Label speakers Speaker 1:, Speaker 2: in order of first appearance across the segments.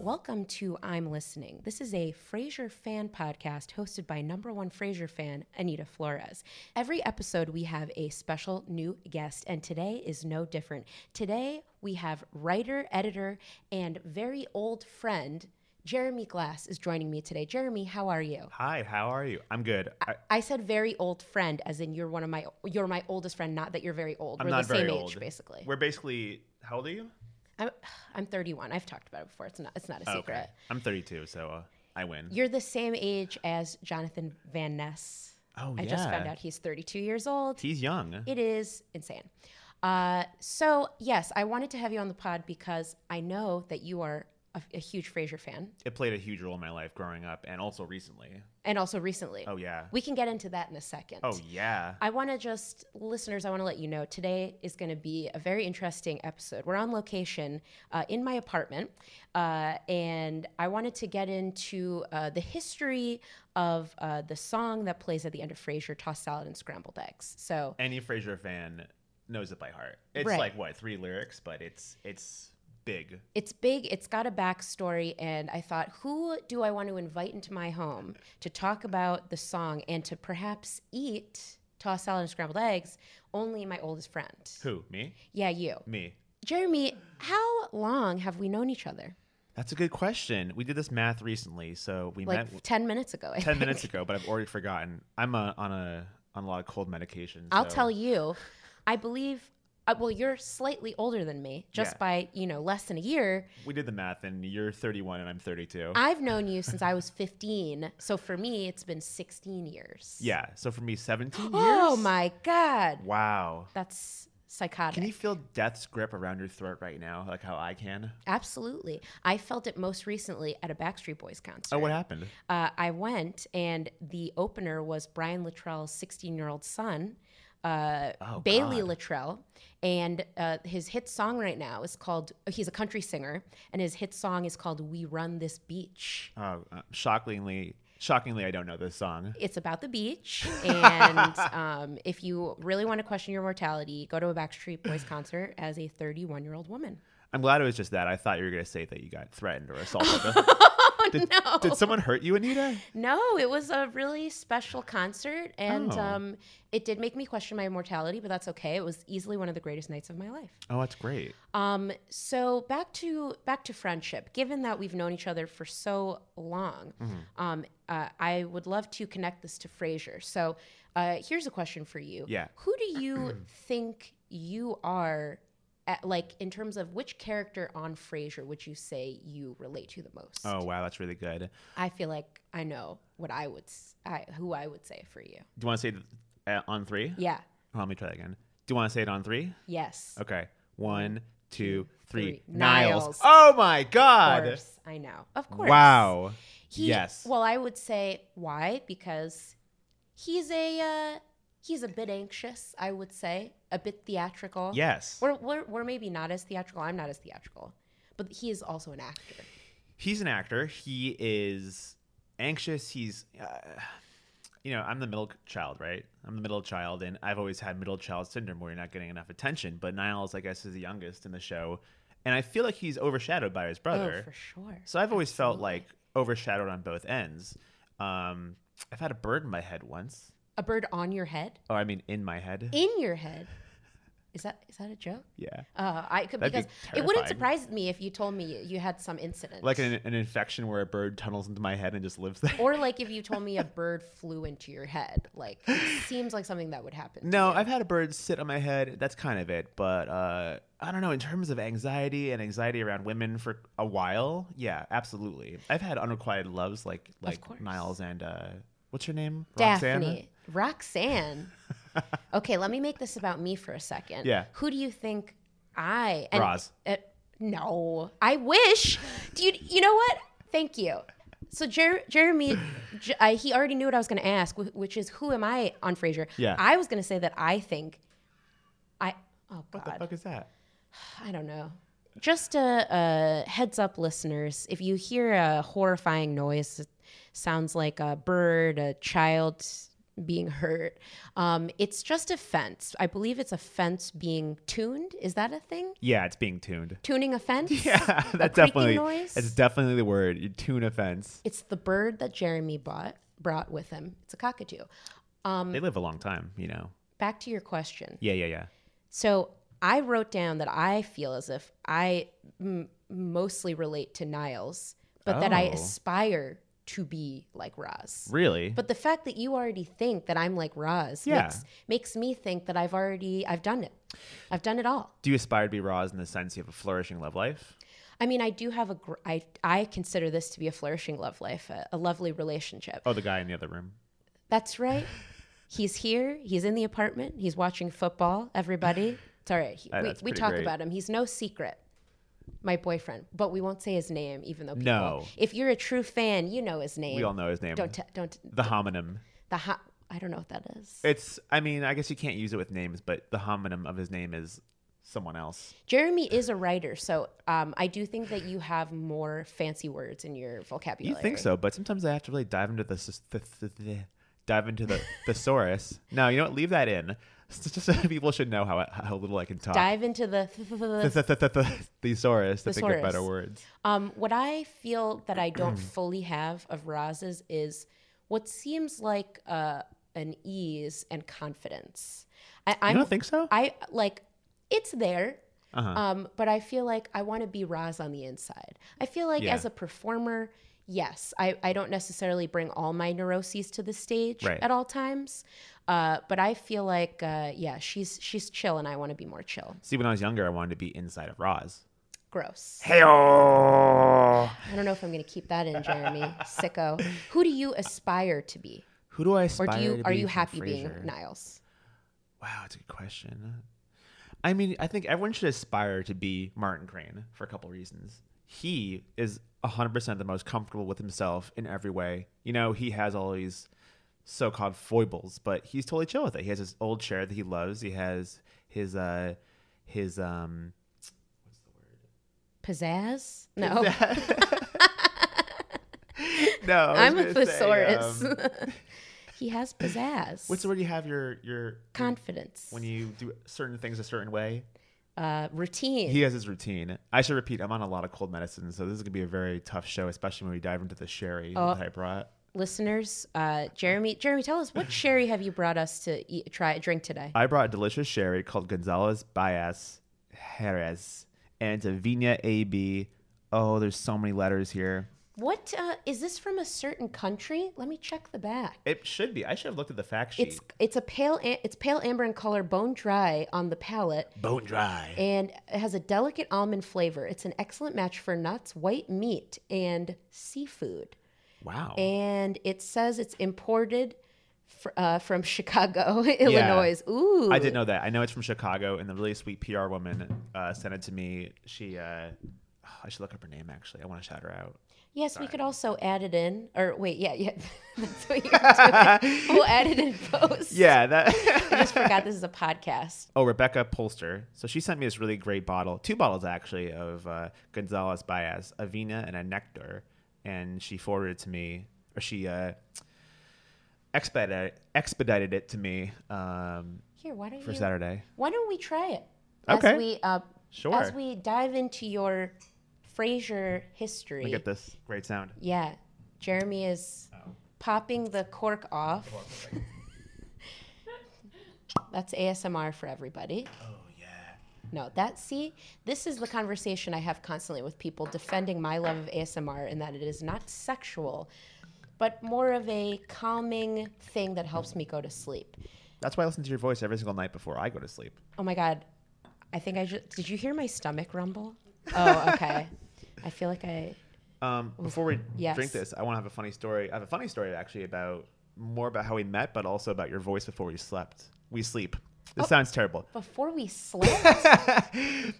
Speaker 1: Welcome to I'm Listening. This is a Frasier fan podcast hosted by number one Frasier fan, Anita Flores. Every episode, we have a special new guest, and today is no different. Today, we have writer, editor, and very old friend, Jeremy Glass, is joining me today. Jeremy, how are you?
Speaker 2: Hi, how are you? I'm good. I,
Speaker 1: I said very old friend, as in you're one of my you're my oldest friend. Not that you're very old.
Speaker 2: I'm
Speaker 1: We're
Speaker 2: not
Speaker 1: the same
Speaker 2: very
Speaker 1: age,
Speaker 2: old.
Speaker 1: basically.
Speaker 2: We're basically. How old are you?
Speaker 1: I'm, I'm 31. I've talked about it before. It's not it's not a secret.
Speaker 2: Oh, I'm 32, so uh, I win.
Speaker 1: You're the same age as Jonathan Van Ness.
Speaker 2: oh
Speaker 1: I
Speaker 2: yeah.
Speaker 1: just found out he's 32 years old.
Speaker 2: He's young.
Speaker 1: It is insane. Uh, so, yes, I wanted to have you on the pod because I know that you are a, a huge Frasier fan
Speaker 2: It played a huge role in my life growing up, and also recently.
Speaker 1: and also recently.
Speaker 2: Oh yeah.
Speaker 1: We can get into that in a second.
Speaker 2: Oh yeah.
Speaker 1: I want to just, listeners, I want to let you know today is going to be a very interesting episode. We're on location uh, in my apartment, uh, and I wanted to get into uh, the history of uh, the song that plays at the end of Frasier Toss Salad and Scrambled Eggs. So,
Speaker 2: Any Frasier fan knows it by heart. It's
Speaker 1: Right.
Speaker 2: like what three lyrics, but it's it's big.
Speaker 1: it's big, it's got a backstory, and I thought, who do I want to invite into my home to talk about the song and to perhaps eat tossed salad and scrambled eggs? Only my oldest friend.
Speaker 2: Who? Me?
Speaker 1: Yeah, you.
Speaker 2: Me.
Speaker 1: Jeremy, how long have we known each other?
Speaker 2: That's a good question. We did this math recently, so we
Speaker 1: Like
Speaker 2: met
Speaker 1: 10 minutes ago. I
Speaker 2: 10
Speaker 1: think.
Speaker 2: minutes ago, but I've already forgotten. I'm uh, on a on a lot of cold medication.
Speaker 1: I'll
Speaker 2: so-
Speaker 1: tell you, I believe, uh, well, you're slightly older than me just
Speaker 2: Yeah.
Speaker 1: by, you know, less than a year.
Speaker 2: We did the math, and you're 31 and I'm 32.
Speaker 1: I've known you since I was 15. So for me, it's been 16 years.
Speaker 2: yeah. So for me, 17 years.
Speaker 1: Oh my God.
Speaker 2: Wow.
Speaker 1: That's psychotic.
Speaker 2: Can you feel death's grip around your throat right now, like how I can?
Speaker 1: Absolutely. I felt it most recently at a Backstreet Boys concert.
Speaker 2: Oh, what happened?
Speaker 1: uh, I went, and the opener was Brian Luttrell's 16 year old son, uh,
Speaker 2: Oh,
Speaker 1: Bailey
Speaker 2: God.
Speaker 1: Luttrell. And uh, his hit song right now is called, he's a country singer, and his hit song is called We Run This Beach.
Speaker 2: Oh, uh, shockingly, shockingly, I don't know this song.
Speaker 1: It's about the beach. And um, if you really want to question your mortality, go to a Backstreet Boys concert as a 31 year old woman.
Speaker 2: I'm glad it was just that. I thought you were gonna say that you got threatened or assaulted.
Speaker 1: Oh,
Speaker 2: did,
Speaker 1: no.
Speaker 2: did someone hurt you, Anita?
Speaker 1: No, it was a really special concert, and
Speaker 2: Oh.
Speaker 1: um, it did make me question my immortality, but that's okay. It was easily one of the greatest nights of my life.
Speaker 2: Oh, that's great.
Speaker 1: Um, so back to back to friendship. Given that we've known each other for so long,
Speaker 2: Mm-hmm.
Speaker 1: um, uh, I would love to connect this to Frasier. So uh, here's a question for you:
Speaker 2: Yeah.
Speaker 1: Who do you think you are? At, like in terms of which character on Frasier would you say you relate to the most?
Speaker 2: Oh, wow, that's really good.
Speaker 1: I feel like I know what I would, s I who I would say for you.
Speaker 2: Do you want to say it uh, on three?
Speaker 1: Yeah.
Speaker 2: Hold on, let me try that again. Do you want to say it on three?
Speaker 1: Yes.
Speaker 2: Okay. One, two, three.
Speaker 1: three.
Speaker 2: Niles.
Speaker 1: Niles.
Speaker 2: Oh my
Speaker 1: Of
Speaker 2: God.
Speaker 1: course. I know. Of course.
Speaker 2: Wow.
Speaker 1: He,
Speaker 2: Yes.
Speaker 1: Well, I would say why because he's a uh, he's a bit anxious. I would say a bit theatrical.
Speaker 2: Yes.
Speaker 1: We're, we're we're maybe not as theatrical. I'm not as theatrical, but he is also an actor.
Speaker 2: He's an actor. He is anxious. He's, uh, you know, I'm the middle child, right? I'm the middle child, and I've always had middle child syndrome where you're not getting enough attention. But Niles, I guess, is the youngest in the show. And I feel like he's overshadowed by his brother.
Speaker 1: Oh, for sure.
Speaker 2: So I've always felt
Speaker 1: Absolutely.
Speaker 2: like overshadowed on both ends. Um, I've had a bird in my head once.
Speaker 1: a bird on your head,
Speaker 2: Oh, I mean, in my head.
Speaker 1: in your head. Is that is that a joke?
Speaker 2: yeah.
Speaker 1: Uh, I could
Speaker 2: That'd be
Speaker 1: because it wouldn't
Speaker 2: terrifying.
Speaker 1: surprise me if you told me you had some incident,
Speaker 2: like an, an infection where a bird tunnels into my head and just lives there.
Speaker 1: or like if you told me a bird flew into your head. Like it seems like something that would happen. to
Speaker 2: no,
Speaker 1: you.
Speaker 2: I've had a bird sit on my head. That's kind of it. But uh, I don't know. In terms of anxiety and anxiety around women for a while, yeah, absolutely. I've had unrequited loves like
Speaker 1: course.
Speaker 2: like Niles and uh, what's your name?
Speaker 1: Daphne Roxanne. okay, let me make this about me for a second.
Speaker 2: Yeah.
Speaker 1: Who do you think I and
Speaker 2: Roz.
Speaker 1: uh, No, I wish. Do you? You know what? Thank you. So Jer- Jeremy, J- uh, he already knew what I was going to ask, wh- which is who am I on Frasier?
Speaker 2: Yeah.
Speaker 1: I was going to say that I think, I oh
Speaker 2: What the
Speaker 1: god,
Speaker 2: fuck is that?
Speaker 1: I don't know. Just a, a heads up, listeners. If you hear a horrifying noise, it sounds like a bird, a child being hurt. Um, it's just a fence. I believe it's a fence being tuned. Is that a thing?
Speaker 2: Yeah, it's being tuned.
Speaker 1: Tuning a fence?
Speaker 2: Yeah,
Speaker 1: creaking
Speaker 2: that's definitely
Speaker 1: noise?
Speaker 2: that's definitely the word. You tune a fence.
Speaker 1: It's the bird that Jeremy bought brought with him. It's a cockatoo. Um,
Speaker 2: They live a long time, you know.
Speaker 1: Back to your question.
Speaker 2: Yeah, yeah, yeah.
Speaker 1: So I wrote down that I feel as if I m- mostly relate to Niles, but that I
Speaker 2: Oh.
Speaker 1: aspire to be like Roz.
Speaker 2: Really?
Speaker 1: But the fact that you already think that I'm like Roz
Speaker 2: Yeah.
Speaker 1: makes, makes me think that I've already I've done it. I've done it all.
Speaker 2: Do you aspire to be Roz in the sense you have a flourishing love life?
Speaker 1: I mean, I do have a gr- I I consider this to be a flourishing love life, a, a lovely relationship.
Speaker 2: Oh, the guy in the other room.
Speaker 1: That's right. He's here. He's in the apartment. He's watching football. Everybody, it's all right. He-
Speaker 2: Uh,
Speaker 1: we
Speaker 2: that's
Speaker 1: we
Speaker 2: pretty
Speaker 1: talk
Speaker 2: great.
Speaker 1: about him. He's no secret. My boyfriend, but we won't say his name, even though people,
Speaker 2: No.
Speaker 1: If you're a true fan, you know his name.
Speaker 2: We all know his name.
Speaker 1: Don't t- don't
Speaker 2: the homonym.
Speaker 1: the ho- I don't know what that is.
Speaker 2: It's. I mean, I guess you can't use it with names, but the homonym of his name is someone else.
Speaker 1: Jeremy is a writer, so um, I do think that you have more fancy words in your vocabulary.
Speaker 2: You think so? But sometimes I have to really dive into the, s- the, the, the dive into the thesaurus. No, you know what? Leave that in. It's Just so people should know how how little I can talk.
Speaker 1: Dive into the
Speaker 2: The, the, the, the, the thesaurus to think of better
Speaker 1: Thesaurus.
Speaker 2: words.
Speaker 1: Um, what I feel that I don't fully have of Roz's is what seems like uh, an ease and confidence. I,
Speaker 2: I
Speaker 1: I'm,
Speaker 2: don't think so?
Speaker 1: I like it's there,
Speaker 2: Uh-huh.
Speaker 1: um, but I feel like I want to be Roz on the inside. I feel like
Speaker 2: Yeah.
Speaker 1: as a performer, yes, I, I don't necessarily bring all my neuroses to the stage
Speaker 2: Right.
Speaker 1: at all times, uh, but I feel like uh, yeah, she's she's chill, and I want to be more chill.
Speaker 2: See, when I was younger, I wanted to be inside of Roz.
Speaker 1: Gross.
Speaker 2: Hey,
Speaker 1: I don't know if I'm going to keep that in, Jeremy. Sicko. Who do you aspire to be,
Speaker 2: Who do I
Speaker 1: or
Speaker 2: aspire
Speaker 1: do you
Speaker 2: to
Speaker 1: are
Speaker 2: be
Speaker 1: you
Speaker 2: from
Speaker 1: happy being
Speaker 2: Frasier?
Speaker 1: Niles?
Speaker 2: Wow, that's a good question. I mean, I think everyone should aspire to be Martin Crane for a couple reasons. He is 100% the most comfortable with himself in every way. You know, he has all these so called foibles, but he's totally chill with it. He has his old chair that he loves. He has his, uh, his, um,
Speaker 1: Pizzazz? No,
Speaker 2: no, I
Speaker 1: I'm
Speaker 2: was
Speaker 1: a
Speaker 2: gonna say, um,
Speaker 1: thesaurus. he has pizzazz.
Speaker 2: what's the word you have your, your,
Speaker 1: confidence?
Speaker 2: when you do certain things a certain way?
Speaker 1: uh, routine.
Speaker 2: He has his routine. I should repeat, I'm on a lot of cold medicine, so this is gonna be a very tough show, especially when we dive into the sherry that I brought.
Speaker 1: Listeners, uh, Jeremy, Jeremy, tell us what sherry have you brought us to eat, try drink today?
Speaker 2: I brought a delicious sherry called Gonzalez Baez Jerez, and it's a Vina AB. Oh, there's so many letters here.
Speaker 1: What uh, is this from a certain country? Let me check the back.
Speaker 2: It should be. I should have looked at the fact sheet.
Speaker 1: It's it's a pale am- it's pale amber in color, bone dry on the palate,
Speaker 2: bone dry.
Speaker 1: and it has a delicate almond flavor. It's an excellent match for nuts, white meat, and seafood.
Speaker 2: Wow.
Speaker 1: And it says it's imported fr- uh, from Chicago, Illinois. Ooh,
Speaker 2: I didn't know that. I know it's from Chicago, and the really sweet PR woman uh, sent it to me. She, uh, oh, I should look up her name actually. I want to shout her out.
Speaker 1: Yes, we could also add it in. Or wait, yeah, yeah, that's what you're doing. we'll add it in post.
Speaker 2: Yeah, that.
Speaker 1: I just forgot this is a podcast.
Speaker 2: Oh, Rebecca Polster. So she sent me this really great bottle, two bottles actually, of uh, Gonzalez Baez, a Vina and a Nectar. And she forwarded it to me, or she uh, expedited, expedited it to me um,
Speaker 1: Here, why don't
Speaker 2: for
Speaker 1: you?
Speaker 2: Saturday.
Speaker 1: Why don't we try it?
Speaker 2: Okay.
Speaker 1: As we uh,
Speaker 2: Sure.
Speaker 1: As we dive into your Frasier history.
Speaker 2: Look at this great sound.
Speaker 1: Yeah, Jeremy is popping the cork off. That's ASMR for everybody.
Speaker 2: Oh, yeah.
Speaker 1: No, that see, this is the conversation I have constantly with people defending my love of ASMR and that it is not sexual, but more of a calming thing that helps me go to sleep.
Speaker 2: That's why I listen to your voice every single night before I go to sleep.
Speaker 1: Oh my god, I think I just did. You hear my stomach rumble? Oh, okay. I feel like I
Speaker 2: Um, before we
Speaker 1: Yes.
Speaker 2: drink this, I want to have a funny story. I have a funny story actually about more about how we met, but also about your voice before we slept. We sleep. This sounds terrible.
Speaker 1: before we slept.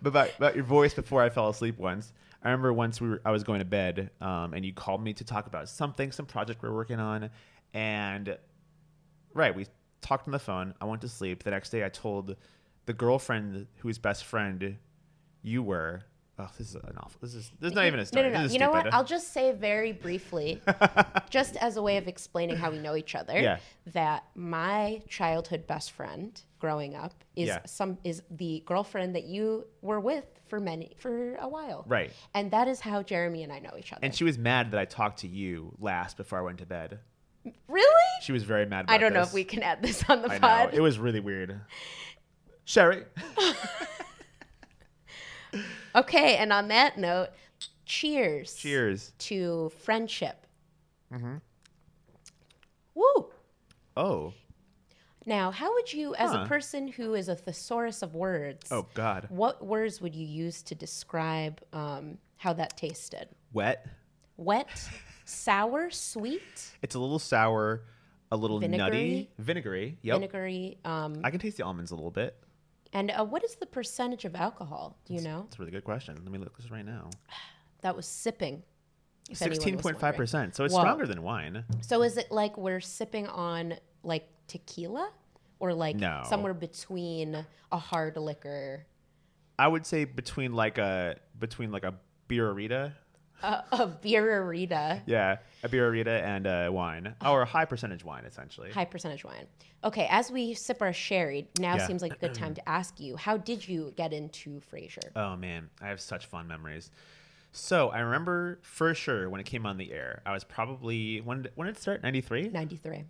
Speaker 2: but about, about your voice before I fell asleep once. I remember once we were, I was going to bed, um, and you called me to talk about something, some project we are working on, and right, we talked on the phone. I went to sleep. The next day, I told the girlfriend whose best friend you were. Oh, this is an awful. This is this is not even a
Speaker 1: No,
Speaker 2: story.
Speaker 1: no, no.
Speaker 2: This is
Speaker 1: You know what?
Speaker 2: stupid.
Speaker 1: I'll just say very briefly, just as a way of explaining how we know each other,
Speaker 2: Yeah.
Speaker 1: that my childhood best friend growing up is
Speaker 2: Yeah.
Speaker 1: some is the girlfriend that you were with for many for a while.
Speaker 2: Right.
Speaker 1: And that is how Jeremy and I know each other.
Speaker 2: And she was mad that I talked to you last before I went to bed.
Speaker 1: really?
Speaker 2: She was very mad. About
Speaker 1: I don't know if
Speaker 2: this.
Speaker 1: we can add this on the
Speaker 2: I know.
Speaker 1: pod.
Speaker 2: It was really weird. Sherry.
Speaker 1: Okay, and on that note, cheers.
Speaker 2: Cheers.
Speaker 1: To friendship. Mm-hmm. Woo!
Speaker 2: Oh.
Speaker 1: Now, how would you, as
Speaker 2: Huh.
Speaker 1: a person who is a thesaurus of words,
Speaker 2: Oh God.
Speaker 1: what words would you use to describe um, how that tasted?
Speaker 2: Wet.
Speaker 1: Wet, sour, sweet,
Speaker 2: It's a little sour, a little nutty,
Speaker 1: Vinegary?
Speaker 2: vinegary. Yep.
Speaker 1: vinegary, um,
Speaker 2: I can taste the almonds a little bit.
Speaker 1: and uh, what is the percentage of alcohol? Do you know?
Speaker 2: That's a really good question. Let me look this right now.
Speaker 1: That was sipping. if anyone was
Speaker 2: Sixteen point five
Speaker 1: wondering.
Speaker 2: percent. So it's
Speaker 1: Whoa.
Speaker 2: stronger than wine.
Speaker 1: So is it like we're sipping on like tequila, or like
Speaker 2: No.
Speaker 1: somewhere between a hard liquor,
Speaker 2: I would say between like a between like a beerita.
Speaker 1: a, a beerita?
Speaker 2: Yeah, a beerita and a wine, or a high percentage wine essentially.
Speaker 1: High percentage wine. Okay, as we sip our sherry, now
Speaker 2: Yeah.
Speaker 1: seems like a good time to ask you, how did you get into Frasier?
Speaker 2: Oh man, I have such fond memories. So I remember for sure when it came on the air. I was probably when did, when did it start? Ninety three.
Speaker 1: 93.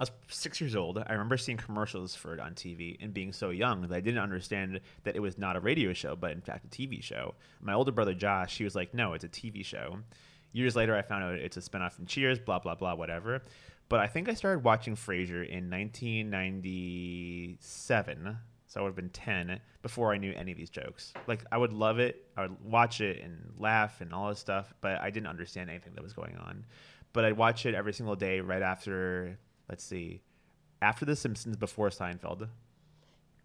Speaker 2: I was six years old. I remember seeing commercials for it on TV and being so young that I didn't understand that it was not a radio show, but in fact a TV show. My older brother Josh, he was like, "No, it's a TV show." Years later, I found out it's a spinoff from Cheers, blah blah blah, whatever. But I think I started watching Frasier in 1997, so I would have been 10 before I knew any of these jokes. Like I would love it, I would watch it and laugh and all this stuff, but I didn't understand anything that was going on. But I'd watch it every single day right after let's see after the simpsons before seinfeld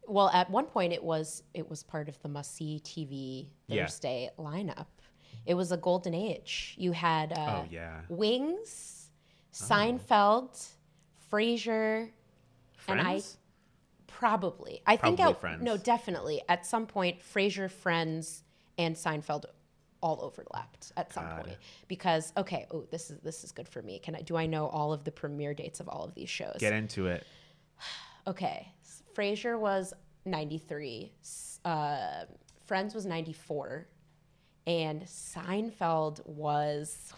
Speaker 1: Well, at one point it was it was part of the must see TV
Speaker 2: Yeah.
Speaker 1: Thursday lineup. It was a golden age. You had uh,
Speaker 2: Oh, yeah. Uh-huh.
Speaker 1: Wings, Seinfeld, Frasier, And I-
Speaker 2: friends
Speaker 1: probably. I think
Speaker 2: Probably
Speaker 1: at,
Speaker 2: Friends.
Speaker 1: no, definitely at some point Frasier, Friends, and Seinfeld all overlapped at some
Speaker 2: God.
Speaker 1: point because okay, oh, this is this is good for me. Can I do I know all of the premiere dates of all of these shows?
Speaker 2: get into it
Speaker 1: Okay. s- Frasier was 93. s- Uh, Friends was 94. And Seinfeld was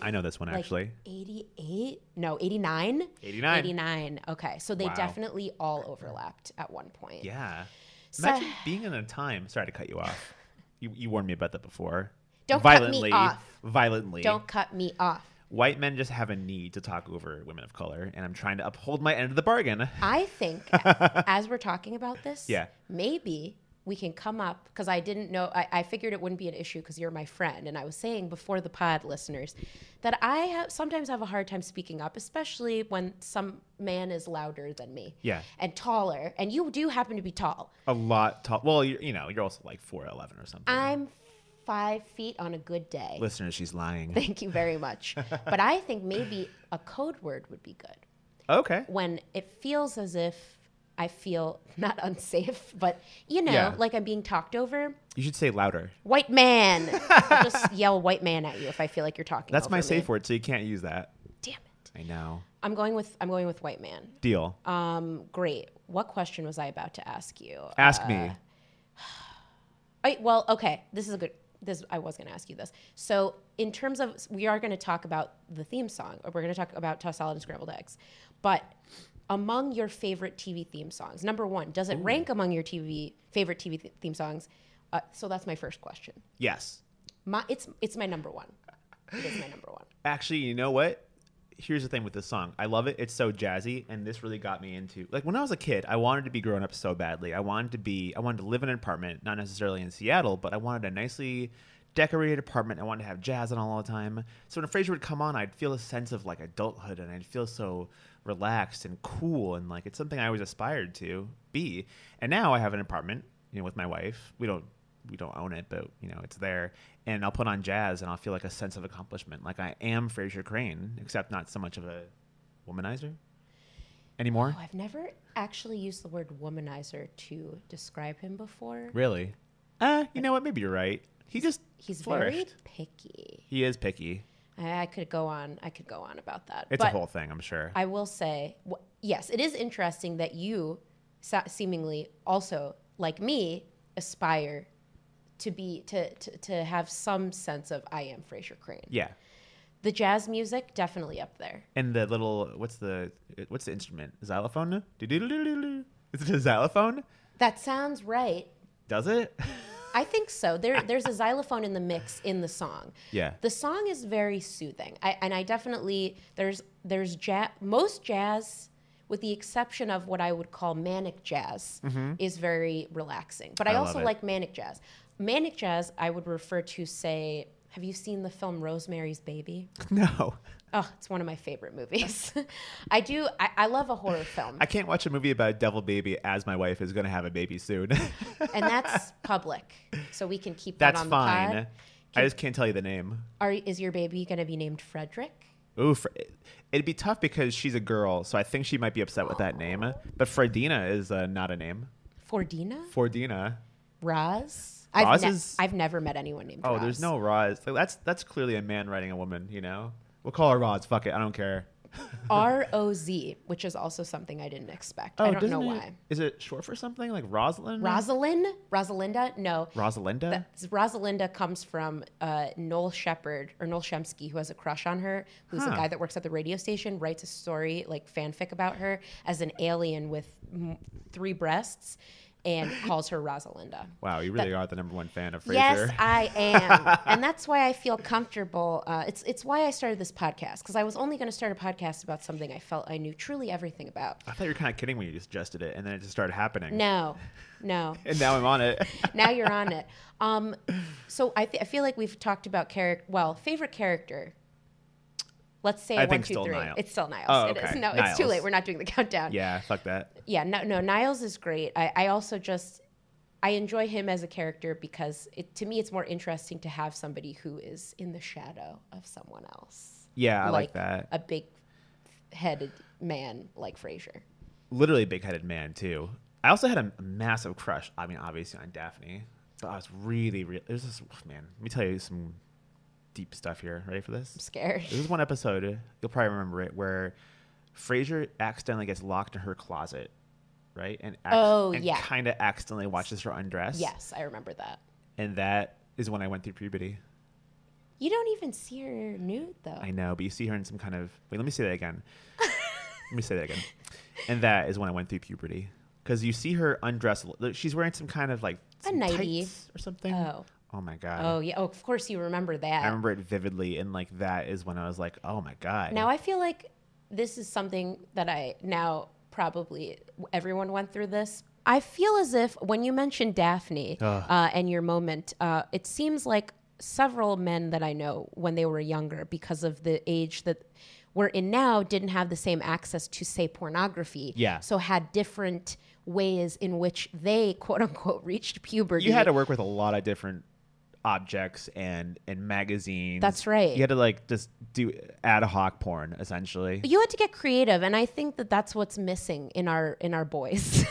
Speaker 2: i know this one
Speaker 1: like
Speaker 2: actually
Speaker 1: 88? No, 89?
Speaker 2: 89.
Speaker 1: 89. Okay. So they
Speaker 2: Wow.
Speaker 1: definitely all overlapped at one point.
Speaker 2: yeah
Speaker 1: So-
Speaker 2: imagine being in a time sorry to cut you off you, you warned me about that before
Speaker 1: Don't cut me
Speaker 2: violently
Speaker 1: off.
Speaker 2: violently
Speaker 1: Don't cut me off.
Speaker 2: white men just have a need to talk over women of color and i'm trying to uphold my end of the bargain
Speaker 1: I think as we're talking about this,
Speaker 2: Yeah.
Speaker 1: maybe we can come up because I didn't know. I, I figured it wouldn't be an issue because you're my friend, and I was saying before the pod listeners that I have sometimes have a hard time speaking up, especially when some man is louder than me.
Speaker 2: Yeah.
Speaker 1: and taller, and you do happen to be tall.
Speaker 2: a lot tall well you're, you know you're also like 411 or something
Speaker 1: I'm five feet on a good day.
Speaker 2: listeners she's lying
Speaker 1: Thank you very much. but I think maybe a code word would be good.
Speaker 2: okay
Speaker 1: when it feels as if I feel not unsafe, but you know,
Speaker 2: Yeah.
Speaker 1: like I'm being talked over.
Speaker 2: you should say louder
Speaker 1: White man. I'll just yell white man at you if I feel like you're talking.
Speaker 2: that's my
Speaker 1: over Oh, me.
Speaker 2: safe word so you can't use that
Speaker 1: Damn it.
Speaker 2: i know
Speaker 1: I'm going with I'm going with white man.
Speaker 2: deal
Speaker 1: Um, great. What question was I about to ask you?
Speaker 2: ask me
Speaker 1: uh, I, well, okay. This is a good. This I was going to ask you this. So, in terms of, we are going to talk about the theme song, or we're going to talk about tossed salad and scrambled eggs. But among your favorite TV theme songs, number one, does it rank among your TV favorite TV th- theme songs? Uh, so that's my first question.
Speaker 2: yes
Speaker 1: My it's it's my number one. It is my number one.
Speaker 2: actually you know what here's the thing with this song i love it it's so jazzy and this really got me into like when i was a kid i wanted to be grown up so badly i wanted to be i wanted to live in an apartment not necessarily in seattle but i wanted a nicely decorated apartment i wanted to have jazz on all the time so when frasier would come on i'd feel a sense of like adulthood and i'd feel so relaxed and cool and like it's something i always aspired to be and now i have an apartment you know with my wife we don't we don't own it, but you know it's there. And I'll put on jazz, and I'll feel like a sense of accomplishment, like I am Fraser Crane, except not so much of a womanizer anymore.
Speaker 1: Oh, I've never actually used the word womanizer to describe him before.
Speaker 2: Really? Uh, you know what? Maybe you're right. He just
Speaker 1: He's very
Speaker 2: flourished.
Speaker 1: picky.
Speaker 2: He is picky.
Speaker 1: I, I could go on. I could go on about that.
Speaker 2: It's
Speaker 1: but
Speaker 2: a whole thing, I'm sure.
Speaker 1: I will say, wh- yes, it is interesting that you sa- seemingly also, like me, aspire to be to, to to have some sense of I am Fraser Crane.
Speaker 2: yeah.
Speaker 1: The jazz music definitely up there.
Speaker 2: And the little what's the what's the instrument? Xylophone? Do-do-do-do-do-do. Is it a xylophone?
Speaker 1: That sounds right.
Speaker 2: Does it?
Speaker 1: I think so. There, there's a xylophone in the mix in the song.
Speaker 2: Yeah.
Speaker 1: The song is very soothing, I, and I definitely there's there's jazz. Most jazz, with the exception of what I would call manic jazz, is very relaxing. But I,
Speaker 2: Mm-hmm. I love
Speaker 1: also
Speaker 2: it.
Speaker 1: like manic jazz. Manic jazz, I would refer to say. Have you seen the film Rosemary's Baby?
Speaker 2: No.
Speaker 1: Oh, it's one of my favorite movies. I do. I, I love a horror film,
Speaker 2: I can't watch a movie about devil baby as my wife is going to have a baby soon.
Speaker 1: and that's public, so we can keep
Speaker 2: That's
Speaker 1: that on the pod.
Speaker 2: fine. I just can't tell you the name.
Speaker 1: Are, is your baby going to be named Frederick?
Speaker 2: Ooh, Fre- it'd be tough because she's a girl, so I think she might be upset with that name. But Fredina is uh, not a name.
Speaker 1: Fordina?
Speaker 2: Fordina.
Speaker 1: Raz?
Speaker 2: Raz
Speaker 1: I've, ne-
Speaker 2: is-
Speaker 1: I've never met anyone named
Speaker 2: Oh,
Speaker 1: Raz.
Speaker 2: there's no Roz. Like, that's that's clearly a man writing a woman. You know, we'll call her Roz. Fuck it, I don't care.
Speaker 1: R O Z, which is also something I didn't expect.
Speaker 2: Oh,
Speaker 1: I don't know
Speaker 2: doesn't it-
Speaker 1: why.
Speaker 2: Is it short for something like Rosalind?
Speaker 1: Rosalind? Rosalinda? No.
Speaker 2: Rosalinda.
Speaker 1: That's- Rosalinda comes from uh, Noel Shepherd or Noel Shemsky, who has a crush on her, who's a
Speaker 2: Huh.
Speaker 1: guy that works at the radio station, writes a story like fanfic about her as an alien with m- three breasts, and calls her Rosalinda.
Speaker 2: wow, you really are the number one fan of Frasier.
Speaker 1: Yes, I am, and that's why I feel comfortable. Uh, it's it's why I started this podcast because I was only going to start a podcast about something I felt I knew truly everything about.
Speaker 2: I thought you were kind of kidding when you suggested it, and then it just started happening.
Speaker 1: No, no.
Speaker 2: And now I'm on it.
Speaker 1: now you're on it. Um, so I, th- I feel like we've talked about character. Well, favorite character. Let's say
Speaker 2: I
Speaker 1: one,
Speaker 2: think
Speaker 1: two,
Speaker 2: still
Speaker 1: three.
Speaker 2: Niles.
Speaker 1: It's still Niles.
Speaker 2: Oh,
Speaker 1: It is.
Speaker 2: okay.
Speaker 1: No, it's too
Speaker 2: Niles.
Speaker 1: late. We're not doing the countdown.
Speaker 2: yeah, fuck that.
Speaker 1: yeah no no niles is great i, I also just i enjoy him as a character because it, to me it's more interesting to have somebody who is in the shadow of someone else
Speaker 2: Yeah, I like, that.
Speaker 1: a big headed man like frasier
Speaker 2: Literally a big-headed man too. I also had a massive crush. I mean, obviously on Daphne, but I was really, really. It was just oh, man. Let me tell you some deep stuff here. Ready for this?
Speaker 1: i'm scared
Speaker 2: This is one episode, you'll probably remember it, where Frasier accidentally gets locked in her closet, right? And ac-
Speaker 1: Oh,
Speaker 2: and
Speaker 1: yeah.
Speaker 2: kind of accidentally watches her undress.
Speaker 1: yes i remember that
Speaker 2: And that is when I went through puberty.
Speaker 1: you don't even see her nude though
Speaker 2: I know, but you see her in some kind of. Wait, let me say that again. let me say that again. And that is when I went through puberty. Because you see her undress. look, She's wearing some kind of like.
Speaker 1: A
Speaker 2: some
Speaker 1: nightie.
Speaker 2: tights Or something.
Speaker 1: Oh.
Speaker 2: Oh, my God.
Speaker 1: oh yeah oh, of course you remember that
Speaker 2: I remember it vividly. And like that is when I was like, oh, my God.
Speaker 1: Now I feel like this is something that I now probably everyone went through this. I feel as if when you mentioned Daphne
Speaker 2: Ah.
Speaker 1: uh, and your moment, uh, it seems like several men that I know when they were younger, because of the age that we're in now, didn't have the same access to, say, pornography.
Speaker 2: Yeah.
Speaker 1: So had different ways in which they, quote unquote, reached puberty.
Speaker 2: you had to work with a lot of different objects and and magazines.
Speaker 1: That's right.
Speaker 2: You had to like just do ad hoc porn essentially.
Speaker 1: you had to get creative and i think that that's what's missing in our in our boys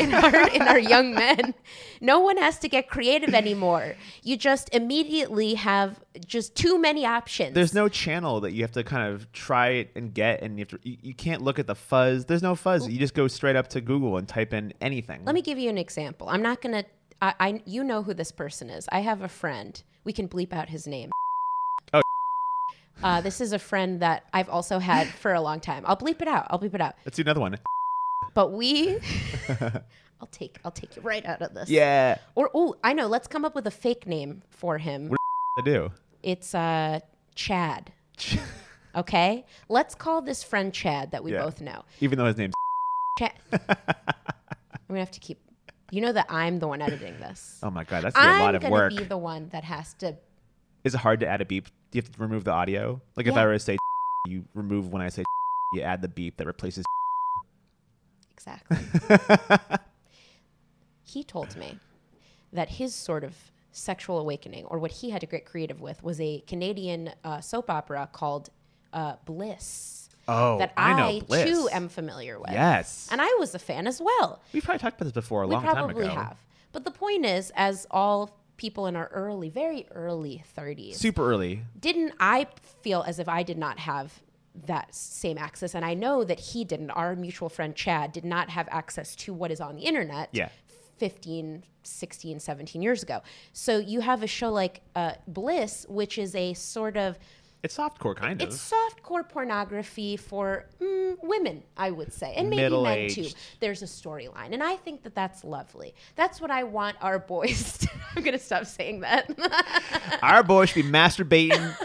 Speaker 1: in our in our young men no one has to get creative anymore you just immediately have just too many options
Speaker 2: There's no channel that you have to kind of try it and get, and you have to. You, you can't look at the fuzz. There's no fuzz. You just go straight up to Google and type in anything.
Speaker 1: let me give you an example i'm not gonna I, I you know who this person is i have a friend we can bleep out his name
Speaker 2: Oh.
Speaker 1: uh, this is a friend that I've also had for a long time. I'll bleep it out. I'll bleep it out.
Speaker 2: Let's do another one.
Speaker 1: But we, I'll take, I'll take you right out of this.
Speaker 2: Yeah.
Speaker 1: Or oh, I know. Let's come up with a fake name for him.
Speaker 2: I do.
Speaker 1: It's uh Chad. Okay, let's call this friend Chad that we
Speaker 2: Yeah.
Speaker 1: both know.
Speaker 2: Even though his name's
Speaker 1: Chad. I'm gonna have to keep. You know that I'm the one editing this.
Speaker 2: oh my god, that's gonna be
Speaker 1: I'm
Speaker 2: a lot of
Speaker 1: gonna
Speaker 2: work.
Speaker 1: be the one that has to.
Speaker 2: Is it hard to add a beep? Do you have to remove the audio? Like if
Speaker 1: Yeah.
Speaker 2: I were to say, you remove when I say, you add the beep that replaces.
Speaker 1: Exactly. he told me that his sort of sexual awakening, or what he had to get creative with, was a Canadian uh, soap opera called uh, Bliss.
Speaker 2: Oh,
Speaker 1: that
Speaker 2: I know Bliss.
Speaker 1: too am familiar with.
Speaker 2: Yes.
Speaker 1: And I was a fan as well.
Speaker 2: We've probably talked about this before a
Speaker 1: We
Speaker 2: long time ago.
Speaker 1: probably have. But the point is, as all people in our early, very early 30s,
Speaker 2: Super early.
Speaker 1: didn't I feel as if I did not have that same access? And I know that he didn't. Our mutual friend Chad did not have access to what is on the internet.
Speaker 2: Yeah.
Speaker 1: 15, 16, 17 years ago. So you have a show like uh, Bliss, which is a sort of,
Speaker 2: It's softcore, kind of.
Speaker 1: it's softcore pornography for mm, women, I would say, and maybe men too.
Speaker 2: Middle-aged.
Speaker 1: There's a storyline. And I think that that's lovely. That's what I want our boys to, I'm going to stop saying that.
Speaker 2: Our boy should be masturbating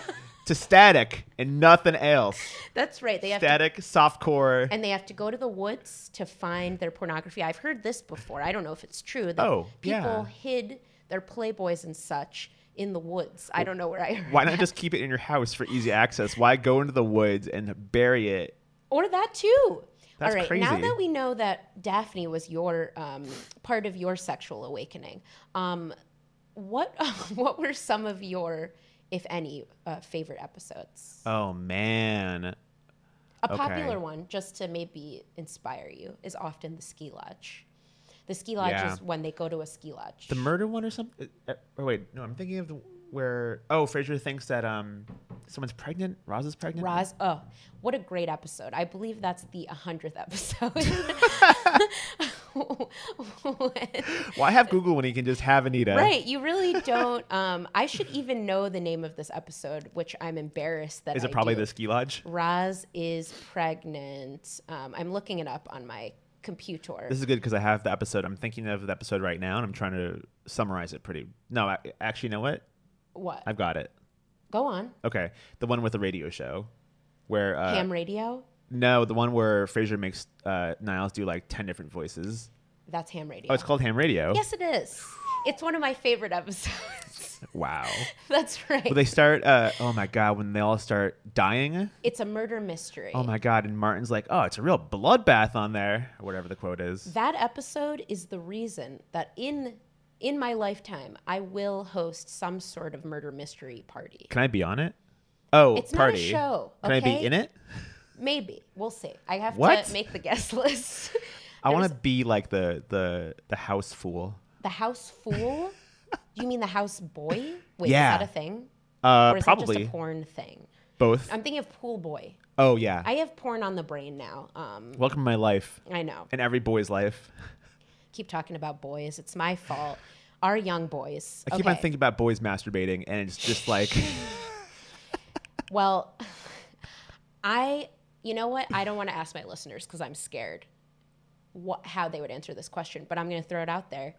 Speaker 2: to static and nothing else.
Speaker 1: that's right. They have to
Speaker 2: Static, softcore.
Speaker 1: and they have to go to the woods to find their pornography. I've heard this before. I don't know if it's true. That
Speaker 2: Oh,
Speaker 1: people
Speaker 2: yeah.
Speaker 1: hid their playboys and such in the woods. I don't know where I heard.
Speaker 2: Why not just keep it in your house for easy access? Why go into the woods and bury it?
Speaker 1: Or that too.
Speaker 2: That's
Speaker 1: All right. Now
Speaker 2: crazy.
Speaker 1: that we know that Daphne was your um, part of your sexual awakening, um, what what were some of your, if any, uh, favorite episodes?
Speaker 2: Oh man.
Speaker 1: A
Speaker 2: Okay.
Speaker 1: popular one, just to maybe inspire you, is often the ski lodge. The ski lodge
Speaker 2: Yeah.
Speaker 1: is when they go to a ski lodge.
Speaker 2: The murder one or something? Oh wait, no, I'm thinking of the where oh Fraser thinks that um someone's pregnant. Roz is pregnant.
Speaker 1: Roz, oh, what a great episode. I believe that's the 100th episode. When-
Speaker 2: Why have Google when he can just have Anita?
Speaker 1: right, you really don't. Um, I should even know the name of this episode, which I'm embarrassed that
Speaker 2: Is it
Speaker 1: I
Speaker 2: probably
Speaker 1: do.
Speaker 2: the ski lodge?
Speaker 1: Roz is pregnant. Um, I'm looking it up on my computer.
Speaker 2: This is good because I have the episode. I'm thinking of the episode right now, and I'm trying to summarize it pretty. No, I, actually, you know what?
Speaker 1: what?
Speaker 2: I've got it.
Speaker 1: Go on.
Speaker 2: Okay, the one with the radio show, where uh,
Speaker 1: Ham radio.
Speaker 2: no, the one where Fraser makes uh, Niles do like ten different voices.
Speaker 1: That's ham radio.
Speaker 2: Oh, it's called Ham Radio.
Speaker 1: yes, it is. It's one of my favorite episodes.
Speaker 2: Wow.
Speaker 1: That's right.
Speaker 2: Well, they start. Uh, oh my god, when they all start dying.
Speaker 1: it's a murder mystery.
Speaker 2: Oh my god, and Martin's like, "Oh, it's a real bloodbath on there," or whatever the quote is.
Speaker 1: that episode is the reason that in in my lifetime I will host some sort of murder mystery party.
Speaker 2: Can I be on it? Oh,
Speaker 1: It's not a
Speaker 2: party.
Speaker 1: show,
Speaker 2: Can I
Speaker 1: okay?
Speaker 2: be in it?
Speaker 1: Maybe. We'll see. I have
Speaker 2: What?
Speaker 1: to make the guest list.
Speaker 2: I want to
Speaker 1: There's
Speaker 2: be like the the the house fool.
Speaker 1: the house fool. you mean the house boy? Wait,
Speaker 2: Yeah.
Speaker 1: is that a thing?
Speaker 2: Uh,
Speaker 1: or is that
Speaker 2: probably
Speaker 1: just a porn thing?
Speaker 2: both.
Speaker 1: I'm thinking of pool boy.
Speaker 2: oh yeah.
Speaker 1: I have porn on the brain now. Um,
Speaker 2: Welcome to my life
Speaker 1: I know.
Speaker 2: and every boy's life.
Speaker 1: Keep talking about boys. It's my fault. Our young boys.
Speaker 2: I keep on
Speaker 1: Okay.
Speaker 2: thinking about boys masturbating, and it's just like
Speaker 1: Well, I, you know what? I don't want to ask my listeners because I'm scared what, how they would answer this question, but I'm going to throw it out there.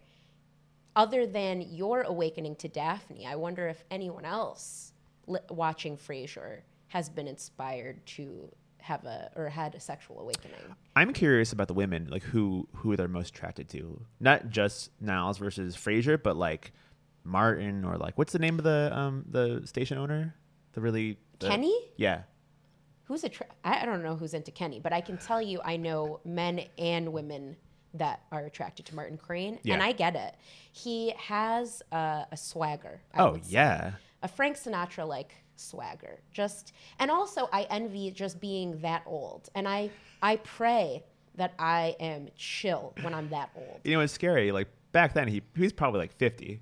Speaker 1: Other than your awakening to Daphne, I wonder if anyone else li- watching Frasier has been inspired to have a or had a sexual awakening.
Speaker 2: I'm curious about the women, like who who they're most attracted to. Not just Niles versus Fraser, but like Martin or like what's the name of the um the station owner? The really the-
Speaker 1: Kenny?
Speaker 2: Yeah.
Speaker 1: Who's a tra- I I don't know who's into Kenny, but I can tell you I know men and women that are attracted to Martin Crane,
Speaker 2: Yeah.
Speaker 1: and I get it. He has a, a swagger. I
Speaker 2: Oh
Speaker 1: would say.
Speaker 2: yeah.
Speaker 1: a Frank Sinatra like swagger. Just and also I envy just being that old. And I I pray that I am chill when I'm that old.
Speaker 2: You know it's scary. Like back then he he was probably like fifty.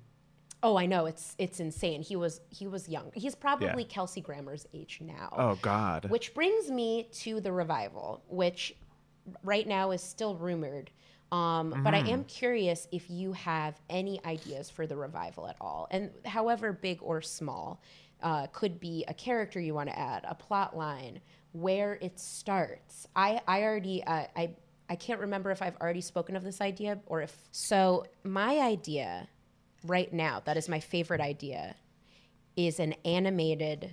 Speaker 1: Oh, I know it's it's insane. He was he was young. He's probably Kelsey Grammer's age now.
Speaker 2: Oh God.
Speaker 1: Which brings me to the revival, which right now is still rumored. Um, But I am curious if you have any ideas for the revival at all. And however big or small, uh, could be a character you want to add, a plot line, where it starts. I, I already, uh, I, I can't remember if I've already spoken of this idea or if. So, my idea right now, that is my favorite idea, is an animated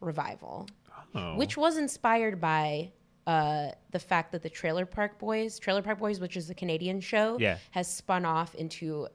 Speaker 1: revival
Speaker 2: Oh.
Speaker 1: which was inspired by uh, the fact that the Trailer Park Boys, Trailer Park Boys, which is the Canadian show,
Speaker 2: Yeah.
Speaker 1: has spun off into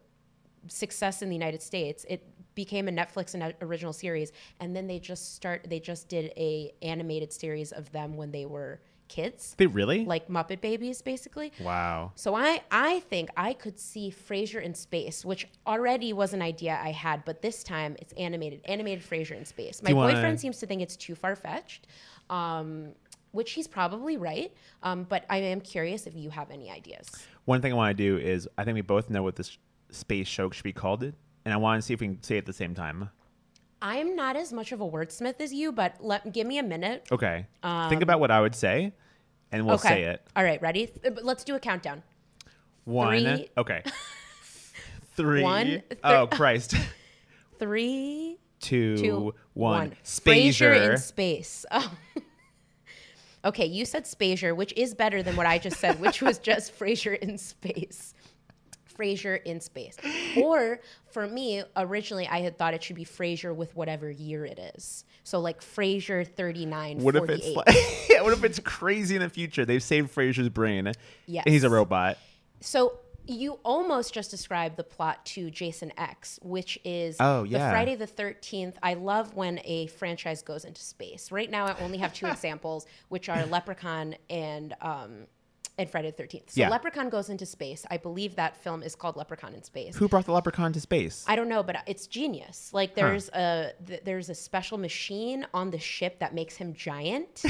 Speaker 1: success in the United States. It became a Netflix and uh, original series, and then they just start. They just did a animated series of them when they were kids,
Speaker 2: They really?
Speaker 1: like Muppet Babies, basically.
Speaker 2: wow.
Speaker 1: So I I think I could see Frasier in space, which already was an idea I had, but this time it's animated, animated Frasier in space. My
Speaker 2: you wanna-
Speaker 1: boyfriend seems to think it's too far fetched, um, which he's probably right. Um, but I am curious if you have any ideas.
Speaker 2: One thing I want to do is I think we both know what this space show should be called, it, and I want to see if we can say it at the same time.
Speaker 1: I am not as much of a wordsmith as you, but let give me a minute.
Speaker 2: Okay.
Speaker 1: Um,
Speaker 2: think about what I would say, and we'll say it.
Speaker 1: All right, ready? Th- but Let's do a countdown.
Speaker 2: One.
Speaker 1: Three.
Speaker 2: Okay. Three.
Speaker 1: One, thir-
Speaker 2: oh Christ.
Speaker 1: Three,
Speaker 2: Two,
Speaker 1: two,
Speaker 2: one.
Speaker 1: Frasier in
Speaker 2: Spazier.
Speaker 1: space. Oh. okay, you said Spazier, which is better than what I just said, which was just Frasier in space. Frasier in space. Or for me, originally I had thought it should be Frasier with whatever year it is. So like Frasier 39,
Speaker 2: What if
Speaker 1: 48.
Speaker 2: it's like? Yeah, what if it's crazy in the future? They've saved Fraser's brain. Yeah. He's a
Speaker 1: Yes.
Speaker 2: robot.
Speaker 1: So you almost just described the plot to Jason X, which is
Speaker 2: Oh,
Speaker 1: the
Speaker 2: yeah.
Speaker 1: Friday the 13th. I love when a franchise goes into space. Right now, I only have two examples, which are Leprechaun and. Um, and Friday the 13th. So
Speaker 2: Yeah.
Speaker 1: Leprechaun goes into space. I believe that film is called Leprechaun in Space.
Speaker 2: Who brought the leprechaun to space?
Speaker 1: I don't know, but it's genius. Like there's a th- there's a special machine on the ship that makes him giant,